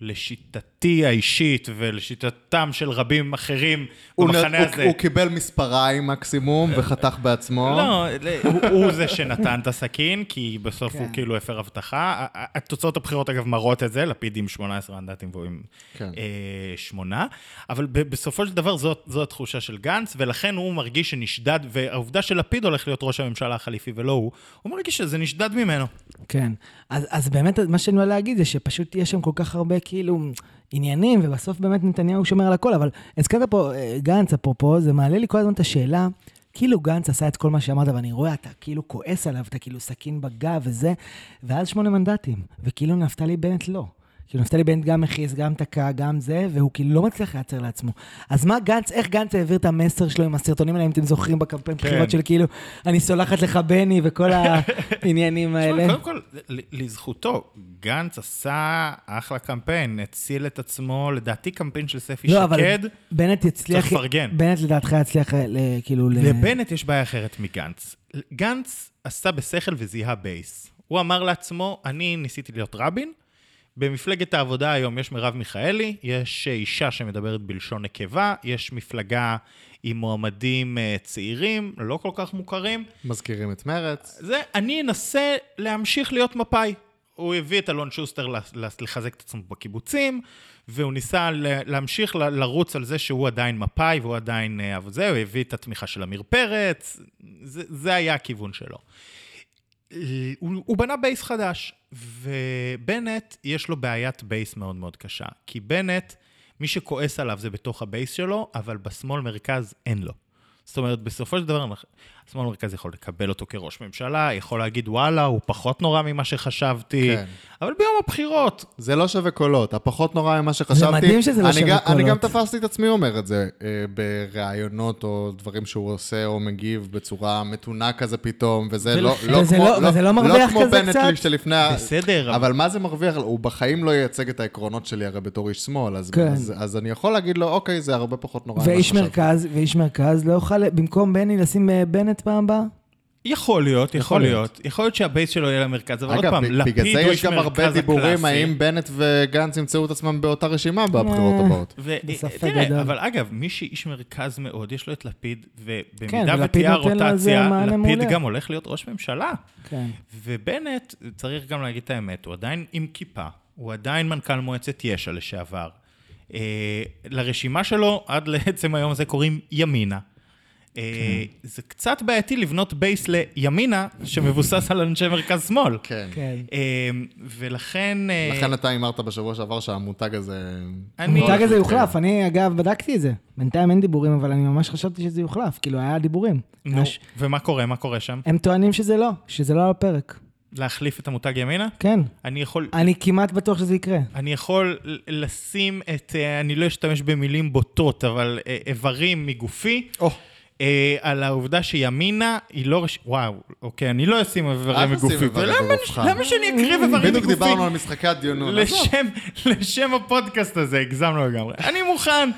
לשיטתי האישית ולשיטתם של רבים אחרים
הוא נ-
במחנה
הוא-
הזה.
הוא קיבל מספריים מקסימום וחתך בעצמו.
לא, הוא- הוא זה שנתן את הסכין, כי בסוף הוא
כן.
כאילו הפר הבטחה. ה- ה- התוצאות הבחירות, אגב, מראות את זה, לפיד עם 18 מנדטים והוא עם
כן.
אה, שמונה. אבל ב- בסופו של דבר זאת- זו התחושה של גנץ, ולכן הוא מרגיש שנשדד, והעובדה שלפיד הולך להיות ראש הממשלה החליפי ולא הוא, הוא מרגיש שזה נשדד ממנו.
כן. אז, אז באמת, מה שאני רוצה להגיד זה שפשוט יש שם כל כך הרבה כאילו עניינים, ובסוף באמת נתניהו שומר על הכל, אבל הזכרת פה אה, גנץ, אפרופו, זה מעלה לי כל הזמן את השאלה, כאילו גנץ עשה את כל מה שאמרת, ואני רואה, אתה כאילו כועס עליו, אתה כאילו סכין בגב וזה, ואז שמונה מנדטים, וכאילו נפתלי בנט לא. כאילו נפתלי בנט גם הכעיס, גם תקע, גם זה, והוא כאילו לא מצליח לייצר לעצמו. אז מה גנץ, איך גנץ העביר את המסר שלו עם הסרטונים האלה, אם אתם זוכרים בקמפיין
כן.
בחירות של כאילו, אני סולחת לך בני, וכל העניינים
תשמע,
האלה?
קודם כל, ל- לזכותו, גנץ עשה אחלה קמפיין, הציל את עצמו, לדעתי קמפיין של ספי
לא, אבל
שקד.
בנט יצליח...
צריך לפרגן.
בנט לדעתך יצליח אה, ל- כאילו... ל-
לבנט יש בעיה אחרת מגנץ. גנץ עשה בשכל וזיהה בייס. הוא אמר לעצמו, אני ניסיתי להיות רבין, במפלגת העבודה היום יש מרב מיכאלי, יש אישה שמדברת בלשון נקבה, יש מפלגה עם מועמדים אה, צעירים, לא כל כך מוכרים.
מזכירים את מרץ.
זה, אני אנסה להמשיך להיות מפאי. הוא הביא את אלון שוסטר לס- לס- לחזק את עצמו בקיבוצים, והוא ניסה ל- להמשיך ל- לרוץ על זה שהוא עדיין מפאי והוא עדיין... אה, אבל זה, הוא הביא את התמיכה של עמיר פרץ, זה, זה היה הכיוון שלו. ל- אה, הוא, הוא בנה בייס חדש, ובנט, יש לו בעיית בייס מאוד מאוד קשה. כי בנט, מי שכועס עליו זה בתוך הבייס שלו, אבל בשמאל מרכז אין לו. זאת אומרת, בסופו של דבר, אנחנו- השמאל מרכז יכול לקבל אותו כראש ממשלה, יכול להגיד, וואלה, הוא פחות נורא ממה שחשבתי,
כן.
כן. אבל ביום הבחירות,
זה לא שווה קולות, הפחות נורא ממה שחשבתי.
מדהים שזה לא
אני
שווה
גם- אני
קולות.
גם תפסתי את עצמי אומר את זה אה, בראיונות או דברים שהוא עושה או מגיב בצורה מתונה כזה פתאום, וזה לא
ולכן-
לא
וזה
כמו-
לא- וזה לא מרוויח
כמו
כזה
בנט
קצת?
לי שלפני... ה-
בסדר,
אה, אבל מה זה מרוויח? הוא בחיים לא ייצג את העקרונות שלי הרי בתור איש שמאל, אז-
כן.
אז- אז אני יכול להגיד לו, אוקיי, זה הרבה פחות נורא ממה
ואיש
שחשבתי.
מרכז, ואיש מרכז לא יוכל, במקום בני לשים אה, בנט פעם הבאה?
יכול להיות, יכול
להיות.
להיות. יכול להיות שהבייס שלו יהיה למרכז, אבל עוד
אגב,
פעם,
ב-
לפיד
בגלל
הוא
זה יש
איש
גם הרבה
מרכז
דיבורים
הקלאסי.
האם בנט וגנץ ימצאו את עצמם באותה רשימה בבחירות
אה.
הבאות.
ו-
בספק גדול.
תראה, אבל אגב, מי שאיש מרכז מאוד, יש לו את לפיד,
כן,
ובמידה
ולפיד
ותהיה
נותן לו על זה
הרוטציה,
מענה
לפיד
מעולה.
גם הולך להיות ראש ממשלה.
כן.
ובנט, צריך גם להגיד את האמת, הוא עדיין עם כיפה, הוא עדיין מנכ"ל מועצת יש"ע לשעבר. אה, לרשימה שלו, עד לעצם היום הזה קוראים ימינה. אה,
כן.
זה קצת בעייתי לבנות בייס לימינה, שמבוסס על אנשי מרכז-שמאל.
כן.
כן.
אה, ולכן... אה,
לכן אתה הימרת בשבוע שעבר שהמותג הזה...
אני-
המותג הזה
כן.
יוחלף, אני אגב בדקתי את זה. בינתיים אין דיבורים, אבל אני ממש חשבתי שזה יוחלף, כאילו היה דיבורים.
נו,
היה ש-
ומה קורה? מה קורה שם?
הם טוענים שזה לא, שזה לא על הפרק.
להחליף את המותג ימינה?
כן,
אני יכול...
אני כמעט בטוח שזה יקרה.
אני יכול ל- לשים את, אה, אני לא אשתמש במילים בוטות, אבל אה, איברים מגופי,
או,
אה, על העובדה שימינה היא לא רש... וואו, אוקיי, אני לא אשים איברים
אל תשים
מגופי.
איברים
ולמה-
מגופך.
למה שאני אקריב איברים
בדיוק
מגופי?
דיברנו על משחקי הדיונון. עזוב.
לשם, לשם הפודקאסט הזה, הגזמנו לגמרי. אני מוכן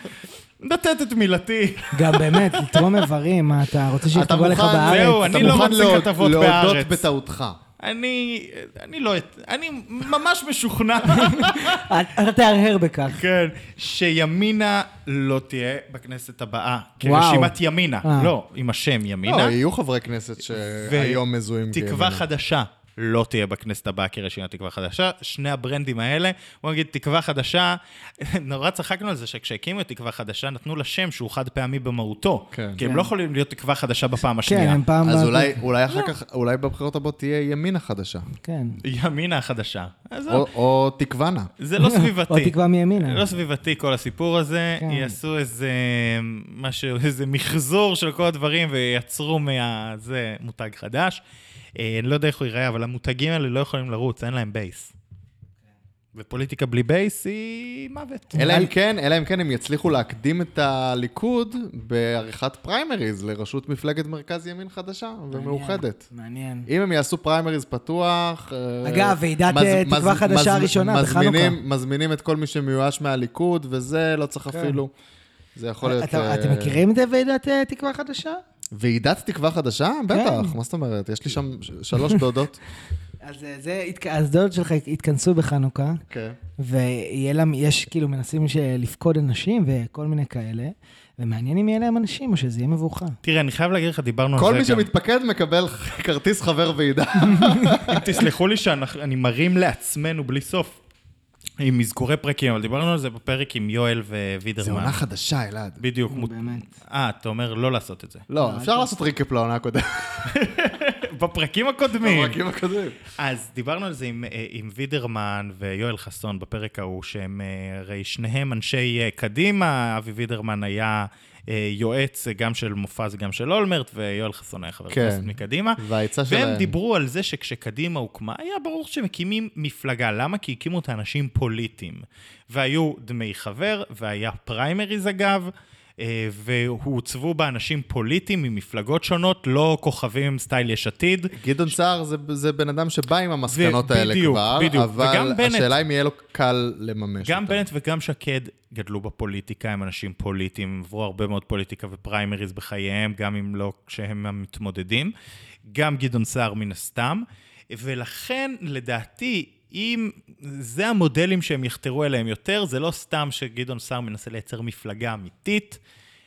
לתת את מילתי.
גם באמת, לתרום איברים, מה, אתה רוצה
אתה
שיכתבו עליך
מוכן-
בארץ?
זהו, אני
אתה
לא
מוכן
רוצה
להוד-
כתבות
להודות
בהארץ.
בטעותך.
אני, אני לא, את- אני ממש משוכנע,
אל- אל תהרהר בכך.
כן, שימינה לא תהיה בכנסת הבאה.
וואו.
כרשימת ימינה.
אה.
לא, עם השם
לא,
ימינה.
יהיו חברי כנסת שהיום מזוהים
תקווה חדשה לא תהיה בכנסת הבאה כרשימת תקווה חדשה. שני הברנדים האלה, בוא נגיד תקווה חדשה, נורא צחקנו על זה שכשהקימו את תקווה חדשה, נתנו לה שם שהוא חד פעמי במהותו.
כן.
כי הם לא יכולים להיות תקווה חדשה בפעם
כן,
השנייה.
הם פעם...
אז
באת-
אולי- אולי אחר כך, אולי בבחירות הבאות תהיה ימינה חדשה.
כן.
ימינה החדשה. אז
או- או תקוונה.
זה לא סביבתי.
או תקווה מימינה.
לא סביבתי כל הסיפור הזה,
כן.
יעשו איזה משהו, איזה מחזור של כל הדברים וייצרו מה... זה מותג חדש. אה, אני לא יודע איך הוא ייראה, אבל המותגים האלה לא יכולים לרוץ, אין להם בייס. ופוליטיקה בלי בייס היא מוות.
אלא אם כן, אלא אם כן הם יצליחו להקדים את הליכוד בעריכת פריימריז לראשות מפלגת מרכז ימין חדשה ומאוחדת.
מעניין.
אם הם יעשו פריימריז פתוח... אה,
אגב, ועידת,
מז-
אה,
מז-
תקווה חדשה
מז-
הראשונה
מזמינים-
בחנוכה.
מזמינים את כל מי שמיואש מהליכוד, וזה לא צריך אפילו. זה יכול להיות...
כן. אתה-
אה,
אתם מכירים את זה, ועידת אה, תקווה חדשה?
ועידת תקווה חדשה?
כן.
בטח, מה זאת אומרת? יש לי שם ש- שלוש דודות.
אז אה, זה, התק- אז דודות שלך התכנסו בחנוכה,
כן.
ויהיה להם, יש כאילו מנסים ש- לפקוד אנשים וכל מיני כאלה, ומעניין אם יהיה להם אנשים או שזה יהיה מבוכה.
תראה, אני חייב להגיד לך, דיברנו
כל
על
מי
זה גם.
שמתפקד מקבל כרטיס חבר ועידה.
אם תסלחו לי שאני מרים לעצמנו בלי סוף. עם אזכורי פרקים, אבל דיברנו על זה בפרק עם יואל ווידרמן.
זה עונה חדשה, אלעד.
בדיוק. מות-
באמת.
אה, אתה אומר לא לעשות את זה.
לא, אפשר לעשות ריקאפ לעונה הקודמת.
בפרקים הקודמים.
בפרקים הקודמים.
אז דיברנו על זה עם, אה, עם וידרמן ויואל חסון בפרק ההוא, שהם אה, הרי שניהם אנשי אה, קדימה, אבי וידרמן היה אה, יועץ אה, גם של מופז, גם של אולמרט, ויואל חסון היה חבר
כן.
כנסת מקדימה.
והעצה
והם
שלהם.
דיברו על זה שכשקדימה הוקמה, היה ברור שמקימים מפלגה. למה? כי הקימו את האנשים פוליטיים. והיו דמי חבר, והיה פריימריז אגב. אה, והוצבו בה אנשים פוליטיים ממפלגות שונות, לא כוכבים סטייל יש עתיד,
גדעון סער זה, זה בן אדם שבא עם המסקנות
זה-
האלה
בדיוק,
כבר,
בדיוק.
אבל
וגם בנט.
השאלה אם יהיה לו קל לממש
גם
אותה.
בנט וגם שקד גדלו בפוליטיקה, הם אנשים פוליטיים, עברו הרבה מאוד פוליטיקה ופריימריז בחייהם, גם אם לא כשהם המתמודדים. גם גדעון סער מן הסתם, ולכן לדעתי, אם זה המודלים שהם יחתרו אליהם יותר, זה לא סתם שגדעון סער מנסה לייצר מפלגה אמיתית.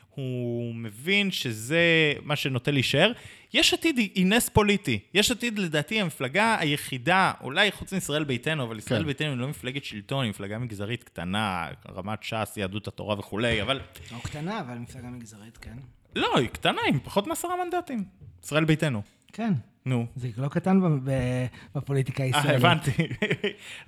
הוא מבין שזה מה שנוטה להישאר. יש עתיד היא היא נס פוליטי. יש עתיד, לדעתי, המפלגה היחידה, אולי חוץ מישראל ביתנו, אבל ישראל
כן.
ביתנו היא לא מפלגת שלטון, היא מפלגה מגזרית קטנה, רמת ש"ס, יהדות התורה וכולי, אבל
לא קטנה, אבל מפלגה מגזרית, כן.
לא, היא קטנה, היא פחות מעשרה מנדטים. ישראל ביתנו.
כן.
נו.
זה לא קטן ב- ב- בפוליטיקה
אה,
הישראלית.
הבנתי.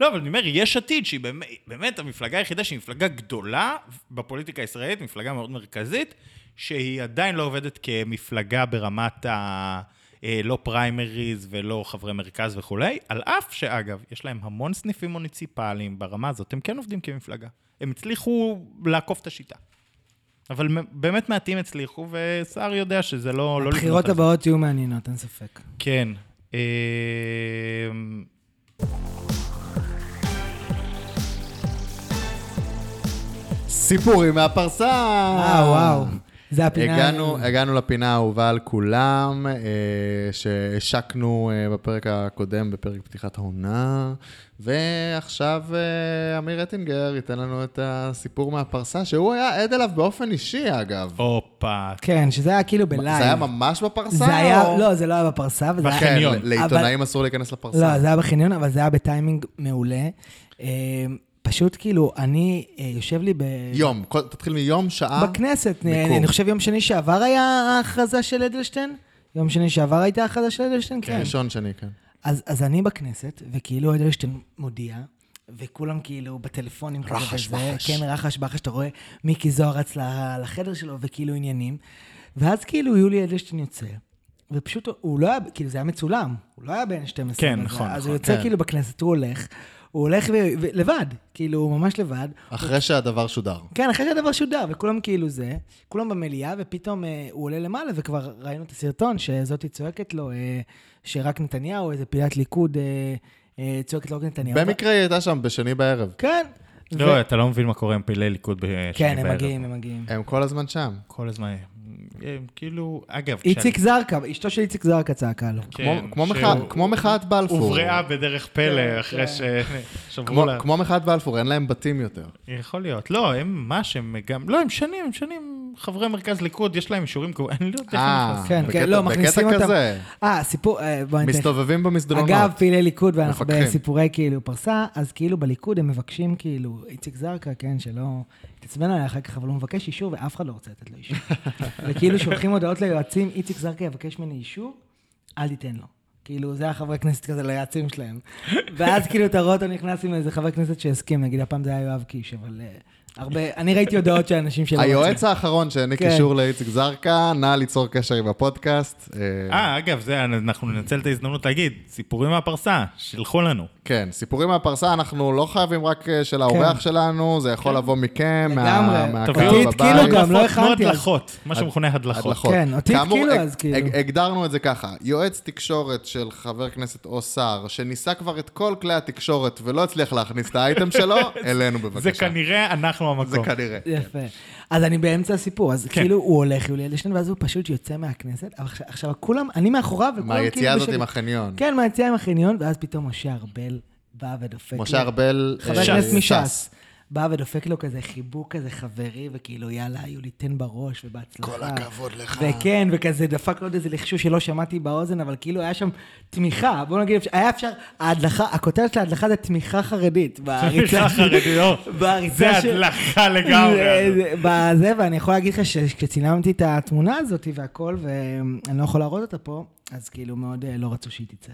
לא, אבל אני אומר, יש עתיד, שהיא באמת, באמת המפלגה היחידה שהיא מפלגה גדולה בפוליטיקה הישראלית, מפלגה מאוד מרכזית, שהיא עדיין לא עובדת כמפלגה ברמת ה... אה, לא פריימריז ולא חברי מרכז וכולי, על אף שאגב, יש להם המון סניפים מוניציפליים ברמה הזאת, הם כן עובדים כמפלגה. הם הצליחו לעקוף את השיטה. אבל מ- באמת מעטים הצליחו, וסער יודע שזה לא... לא לבנות
הבחירות
על זה.
הבאות יהיו מעניינות, אין ספק.
כן. אמ, אה,
סיפורים מהפרסה!
אה, וואו. זה הפינה...
הגענו, הגענו לפינה האהובה על כולם, אה, שהשקנו אה, בפרק הקודם, בפרק פתיחת העונה, ועכשיו אה, אמיר רטינגר ייתן לנו את הסיפור מהפרסה, שהוא היה עד אליו באופן אישי, אגב.
הופה,
כן, שזה היה כאילו
אוקיי.
בלייב.
זה היה ממש בפרסה?
זה היה,
או-
לא, זה לא היה בפרסה, וזה היה...
כן,
בחניון.
לעיתונאים אסור להיכנס לפרסה.
לא, זה היה בחניון, אבל זה היה בטיימינג מעולה. אה, פשוט כאילו, אני, אה, יושב לי ב...
יום, אה? כל- תתחיל מיום, שעה.
בכנסת,
מיקום.
אני, אני חושב יום שני שעבר היה ההכרזה של אדלשטיין? יום שני שעבר הייתה ההכרזה של אדלשטיין? כן.
ראשון, שני, כן.
אז, אז אני בכנסת, וכאילו לא אדלשטיין מודיע, וכולם כאילו בטלפונים. כזה
רחש
וזה,
בחש.
כן, רחש בחש, אתה רואה מיקי זוהר רץ ל- לחדר שלו, וכאילו עניינים. ואז כאילו יולי אדלשטיין יוצא, ופשוט הוא לא היה, כאילו זה היה מצולם, הוא לא היה בן 12.
כן,
וזה,
נכון,
אז
נכון,
הוא יוצא
כן.
כאילו בכנסת, הוא הולך, הוא הולך ו... ו... לבד, כאילו, הוא ממש לבד.
אחרי שהדבר שודר.
כן, אחרי שהדבר שודר, וכולם כאילו זה, כולם במליאה, ופתאום אה, הוא עולה למעלה, וכבר ראינו את הסרטון שזאתי צועקת לו, אה, שרק נתניהו, איזה פעילת ליכוד, אה, אה, צועקת לו רק נתניהו.
במקרה היא הייתה שם בשני בערב.
כן.
לא, אתה לא מבין מה קורה עם פעילי ליכוד בשני
כן, הם
בערב.
מגיעים, הם מגיעים.
הם כל הזמן שם.
כל הזמן. הם כאילו, אגב,
איציק זרקא, אשתו של איציק זרקא צעקה לו.
כן,
כמו- כמו מחא- כמו מחאת בלפור.
הובראה בדרך
כן,
פלא אחרי ששברו
כמו-
לה.
כמו מחאת בלפור, אין להם בתים יותר.
יכול להיות. לא, הם מה שהם גם, לא, הם שנים, הם שנים חברי מרכז ליכוד, יש להם אישורים קבועים, אני לא יודע איך הם
אה,
נכנסים.
כן,
בקטע-
כן, לא, מכניסים אותם.
בקטע כזה,
אה, סיפור, אה, בוא נתן
מסתובבים במסדרונות.
אגב, פעילי ליכוד, ואנחנו
מפקחים.
בסיפורי כאילו פרסה, אז כאילו בליכוד הם מבקשים כאילו, איציק זרקא, כן, שלא... התעצבן עליה אחר כך, אבל הוא מבקש אישור, ואף אחד לא רוצה לתת לו אישור. וכאילו שולחים הודעות ליועצים, איציק זרקא יבקש ממני אישור, אל תיתן לו. כאילו, זה החברי כנסת כזה ליועצים שלהם. ואז כאילו, אתה רואה אותו נכנס עם איזה חבר כנסת שהסכים, נגיד, הפעם זה היה יואב קיש, אבל אה, הרבה... אני ראיתי הודעות של אנשים שלא... רצו.
היועץ האחרון שהעניק
כן.
אישור לאיציק זרקא, נא ליצור קשר עם הפודקאסט. אה,
אה, אגב, זה, אנחנו ננצל את ההזדמנות להגיד, סיפורים מהפרסה, שלחו לנו.
כן, סיפורים מהפרסה, אנחנו לא חייבים רק אה, של האורח שלנו, זה יכול לבוא מכם, מה-
כן. לגמרי.
מהקהל
תביאו-
בבית.
כאילו גם, לא
הדלפות,
הכנתי,
כמו
אז-
הדלחות, מה שמכונה הדלחות.
הדלחות.
כן, אותי
כאמור,
התקילו
הג-
אז, כאילו.
הג- הגדרנו את זה ככה, יועץ תקשורת של חבר כנסת או שר, שניסה כבר את כל כלי התקשורת ולא הצליח להכניס את האייטם שלו, אלינו
זה
בבקשה.
כנראה אנחנו
זה
המקום.
כנראה.
יפה. אז אני באמצע הסיפור, אז
כן.
כאילו הוא הולך, יולי אדלשטיין, ואז הוא פשוט יוצא מהכנסת, אבל עכשיו- עכשיו כולם, אני מאחוריו, וכולם כאילו...
מהיציאה הזאת
בשלי.
עם החניון.
כן, מהיציאה עם החניון, ואז פתאום משה ארבל בא ודופק לו.
משה ארבל...
כאילו. חבר
אה,
הכנסת
ש"ס.
מש"ס. בא ודופק לו כזה חיבוק כזה חברי, וכאילו, יאללה, יולי, תן בראש, ובהצלחה.
כל הכבוד לך.
וכן, וכזה דפק לו עוד איזה לחשוש שלא שמעתי באוזן, אבל כאילו היה שם תמיכה, בוא נגיד, היה אפשר, ההדלכה, הכותרת של ההדלכה זה תמיכה חרדית.
תמיכה
בעריצה-
חרדית, לא.
בעריצה
זה
של-
הדלכה לגמרי.
אה, זה- זה- בזה, ואני יכול להגיד לך שכשצילמתי את התמונה הזאת והכל, ואני לא יכול להראות אותה פה, אז כאילו מאוד אה, לא רצו שהיא תצא.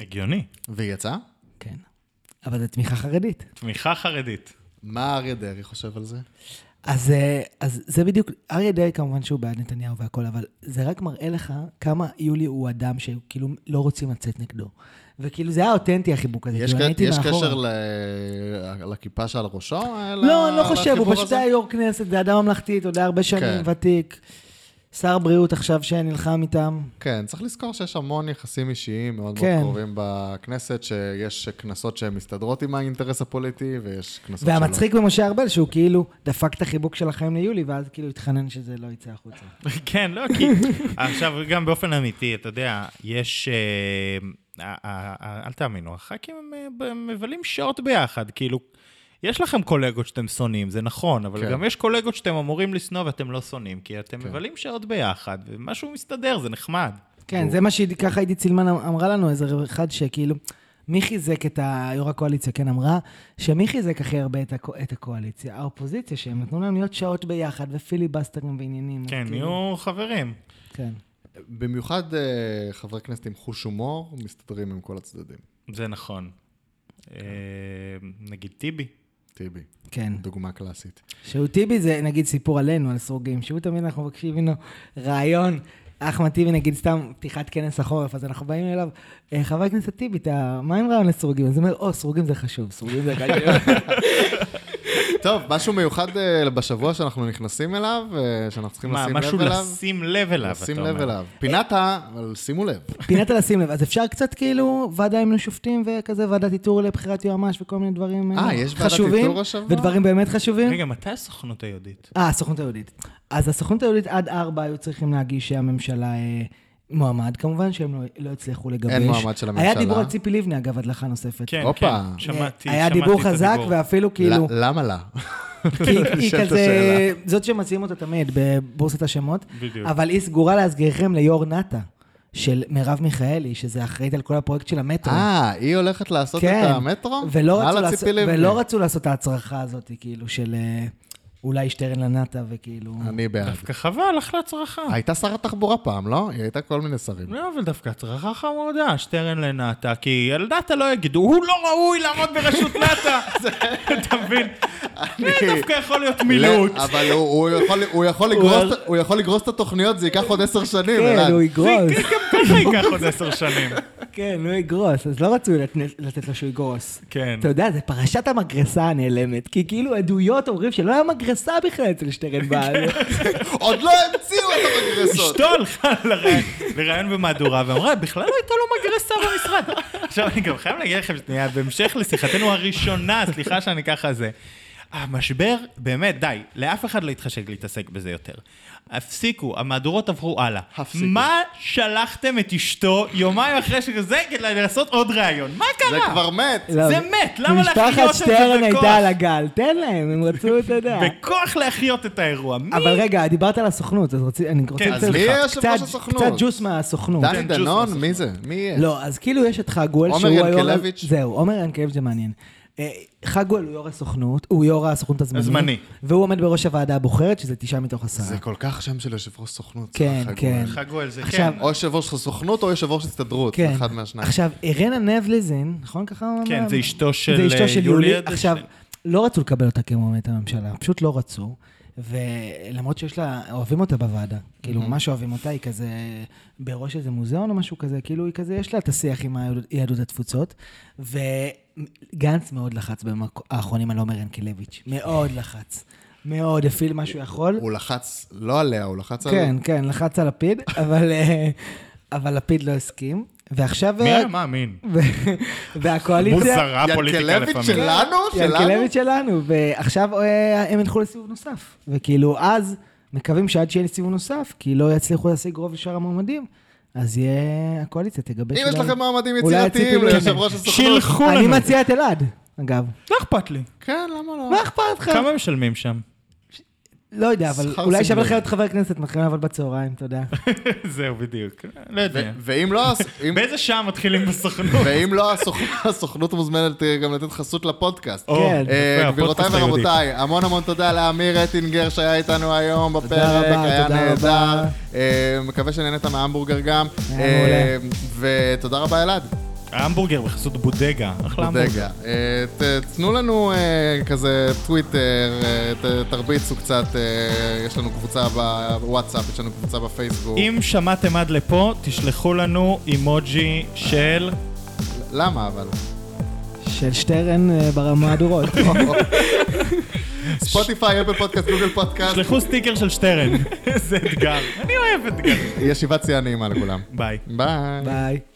הגיוני.
והיא יצאה?
כן. אבל זו תמיכה חרדית.
תמיכה חרדית.
מה אריה דרעי חושב על זה?
אז, אה, אז זה בדיוק, אריה דרעי כמובן שהוא בעד נתניהו והכל, אבל זה רק מראה לך כמה יולי הוא אדם שכאילו לא רוצים לצאת נגדו. וכאילו זה היה אותנטי החיבוק הזה,
יש
כאילו אני
ק-
הייתי
יש
מאחורה.
קשר ל- לכיפה שעל ראשו? אה, ל-
לא, אני לא חושב, הוא
לחיבור
פשוט
הזה?
היה יו"ר כנסת, זה אדם ממלכתי, אתה יודע, הרבה שנים,
כן.
ותיק. שר בריאות עכשיו שנלחם איתם.
כן, צריך לזכור שיש המון יחסים אישיים מאוד
כן.
מאוד קרובים בכנסת, שיש כנסות שהן מסתדרות עם האינטרס הפוליטי, ויש כנסות שלא.
והמצחיק במשה ארבל, שהוא כאילו דפק את החיבוק של החיים ליולי, ואז כאילו התחנן שזה לא יצא החוצה.
כן, לא, כי... עכשיו, גם באופן אמיתי, אתה יודע, יש... אה, אה, אה, אה, אל תאמינו, הח"כים הם, אה, ב- הם מבלים שעות ביחד, כאילו... יש לכם קולגות שאתם שונאים, זה נכון, אבל
כן.
גם יש קולגות שאתם אמורים לשנוא ואתם לא שונאים, כי אתם מבלים שעות ביחד, ומשהו מסתדר, זה נחמד.
כן, זה מה שככה עידית סילמן אמ- אמרה לנו, איזה רב אחד שכאילו, מי חיזק את ה... יו"ר הקואליציה, כן, אמרה, שמי חיזק הכי הרבה את, הקו- את הקואליציה? האופוזיציה, שהם נתנו להם להיות שעות ביחד, ופיליבסטרים ועניינים. אז
כן,
כאילו-
נהיו חברים.
כן.
במיוחד אה, חברי כנסת עם חוש הומור, מסתדרים עם כל הצדדים.
זה נכון. אה, נגיד טיבי.
טיבי,
כן.
דוגמה קלאסית.
שהוא טיבי זה נגיד סיפור עלינו, על סרוגים, שהוא תמיד אנחנו מבקשים ממנו רעיון. אחמד טיבי, נגיד סתם פתיחת כנס החורף, אז אנחנו באים אליו, "אה, חבר הכנסת טיבי, אתה, מה עם רעיון לסרוגים? אז הוא אומר, או, סרוגים זה חשוב, סרוגים זה חשוב.
טוב, משהו מיוחד אה, בשבוע שאנחנו נכנסים אליו, אה, שאנחנו צריכים
מה,
לשים
משהו
לב אליו?
לשים לב אליו, אתה
לשים
אומר.
לב אליו. פינת ה... אבל שימו לב.
פינת על לשים לב, אז אפשר קצת כאילו ועדה עם שופטים וכזה, ועדת איתור לבחירת יועמ"ש וכל מיני דברים
אה,
אה,
יש ועדת
חשובים,
איתור השבוע?
ודברים באמת חשובים.
רגע, מתי הסוכנות היהודית?
אה, הסוכנות היהודית. אז הסוכנות היהודית עד ארבע היו צריכים להגיש שהממשלה אה, מועמד, כמובן שהם לא, לא הצליחו לגבש.
אין מועמד של
היה
הממשלה.
דיבור על ציפי לבני, אגב, הדלכה נוספת. אה,
כן,
הופה.
כן, שמעתי, שמעתי
היה
את
דיבור חזק,
הדיבור.
ואפילו כאילו...
ל- למה לה?
כי היא
נשאלת
כזה, זאת שמציעים אותה תמיד בבורסת השמות,
בדיוק.
אבל היא סגורה להזכירכם ליו"ר נאט"א. של מרב מיכאלי, שזה אחראית על כל הפרויקט של המטרו.
אה, היא הולכת לעשות
כן.
את המטרו?
ולא רצו,
יאללה,
לעשות,
ציפי לבני.
ולא רצו לעשות את ההצרחה הזאת, כאילו, של אה, אולי שטרן לנאטה, וכאילו...
אני בעד.
דווקא חבל, אחלה הצרחה.
הייתה שרת תחבורה פעם, לא? היא הייתה כל מיני שרים.
לא, אבל דווקא הצרחה חמודה, שטרן לנאטה, כי על נאטה לא יגידו, הוא לא ראוי לעמוד בראשות נאטה. אתה מבין? זה דווקא יכול להיות מילוט.
לא, אבל הוא- הוא יכול- הוא יכול לגרוס- הוא יכול לגרוס את התוכניות, זה ייקח עוד עשר שנים, אלעד.
כן, הוא
זה
יגרוס.
גם ככה ייקח עוד עשר שנים.
כן, הוא יגרוס, אז לא רצו לתת- לתת לו שהוא יגרוס.
כן.
אתה יודע, זה פרשת המגרסה הנעלמת, כי כאילו עדויות אומרים שלא היה מגרסה בכלל אצל שטרן בעל.
כן.
עוד לא המציאו את המגרסות.
אשתו הלכה לראיון- לראיון במהדורה ואמרה, בכלל לא הייתה לו מגרסה במשרד. עכשיו, אני גם חייב להגיד לכם, שנייה, בהמשך לשיחתנו הראשונה, סליחה שאני ככה זה. המשבר, באמת, די, לאף אחד לא התחשק להתעסק בזה יותר. הפסיקו, המהדורות עברו הלאה.
הפסיקו.
מה שלחתם את אשתו יומיים אחרי שזה כדי לעשות עוד ראיון? מה
זה
קרה?
כבר מת.
לא,
זה מת, למה להחיות
משפחת
את זה
שטרן
בכוח?
הייתה על הגל, תן להם, הם רצו, אתה יודע.
בכוח להחיות את האירוע. מי?
אבל רגע, דיברת על הסוכנות, אז רוצי- אני רוצה...
כן,
לתת
אז
לך
מי יהיה יושב
קצת-
ראש הסוכנות?
קצת ג'וס מהסוכנות.
דני
כן, ג'וס
דנון?
מהסוכנות.
מי זה? מי יהיה?
לא, אז כאילו יש את חגואל,
עומר
שהוא היו"ר...
ינקלביץ'.
זהו, עומר ינקלביץ' זה מעניין. אה, חגואל הוא יו"ר הסוכנות, הוא יו"ר הסוכנות הזמני.
הזמני.
והוא עומד בראש הוועדה הבוחרת, שזה תשעה מתוך עשרה.
זה כל כך שם של יושב ראש סוכנות.
כן,
סליחה,
כן.
גורל.
חגו על זה,
עכשיו,
כן.
או יושב ראש הסוכנות או יושב ראש הסתדרות.
כן.
אחד מהשניים.
עכשיו, אירנה נבלזין, נכון ככה?
כן, זה אשתו של,
זה אשתו
אה,
של
יולי
יולי.
אדלשטיין.
עכשיו, לא רצו לקבל אותה כמועמדת הממשלה, פשוט לא רצו. ולמרות שיש לה, אוהבים אותה בוועדה. כאילו,
Mm-hmm.
ממש אוהבים אותה, היא כזה בראש איזה מוזיאון או משהו כזה, כאילו, היא כזה, יש לה את השיח עם היהדות- יהדות התפוצות. וגנץ מאוד לחץ בימים האחרונים על עומר ינקלביץ'. מאוד לחץ. מאוד הפעיל מה שהוא יכול.
הוא לחץ לא עליה, הוא לחץ על...
כן, כן, לחץ על לפיד, אבל, אה, אבל לפיד לא הסכים. ועכשיו...
מי
אה,
היה מאמין?
ו- והקואליציה...
מוזרה פוליטיקה
ינקלביץ'
לפעמים.
שלנו? שלנו?
ינקלביץ' שלנו, ועכשיו אה, הם ילכו לסיבוב נוסף. וכאילו, אז מקווים שעד שיהיה סיבוב נוסף, כי לא יצליחו להשיג רוב לשאר המועמדים, אז יהיה... הקואליציה תגבש...
אם יש
אולי-
לכם מועמדים
אולי
יצירתיים
הציפי
ליושב
לבני.
ראש הסוכנות.
שילחו
אני
לנו.
מציע את אלעד, אגב.
לא אכפת לי.
כן, למה לא?
מה אכפת לך?
כמה משלמים שם?
לא יודע, אבל
שכר
אולי שווה
סמלי.
לך להיות חבר כנסת, מתחילים לעבוד בצהריים, אתה יודע.
זהו, בדיוק. לא יודע.
ו- ואם לא, הס- אם-
באיזה שעה מתחילים בסוכנות?
ואם לא, הסוכ- הסוכנות מוזמנת אה, גם לתת חסות לפודקאסט.
או,
כן.
אוקיי, יפה,
אה, גבירותיי
הפודקאסט היהודי.
ורבותיי, המון המון תודה לאמיר רטינגר שהיה איתנו היום בפרק,
רבה,
היה
תודה
נהדר.
רבה.
אה, מקווה שנהנית מההמבורגר גם.
היה
אה,
מעולה.
ותודה רבה אלעד,
ההמבורגר בחסות בודגה. אחלה המבורגר.
דגה. אה, ת- תנו לנו אה, כזה טוויטר, אה, ת- תרביצו קצת, אה, יש לנו קבוצה בוואטסאפ, יש לנו קבוצה בפייסבוק.
אם שמעתם עד לפה, תשלחו לנו אימוג'י של...
למה אבל?
של שטרן אה, ברמה הדורות.
ספוטיפיי, אפל פודקאסט, גוגל פודקאסט,
תשלחו סטיקר של שטרן. זה אתגר. אני אוהב אתגר.
ישיבת שיאה נעימה לכולם.
ביי.
ביי.
ביי.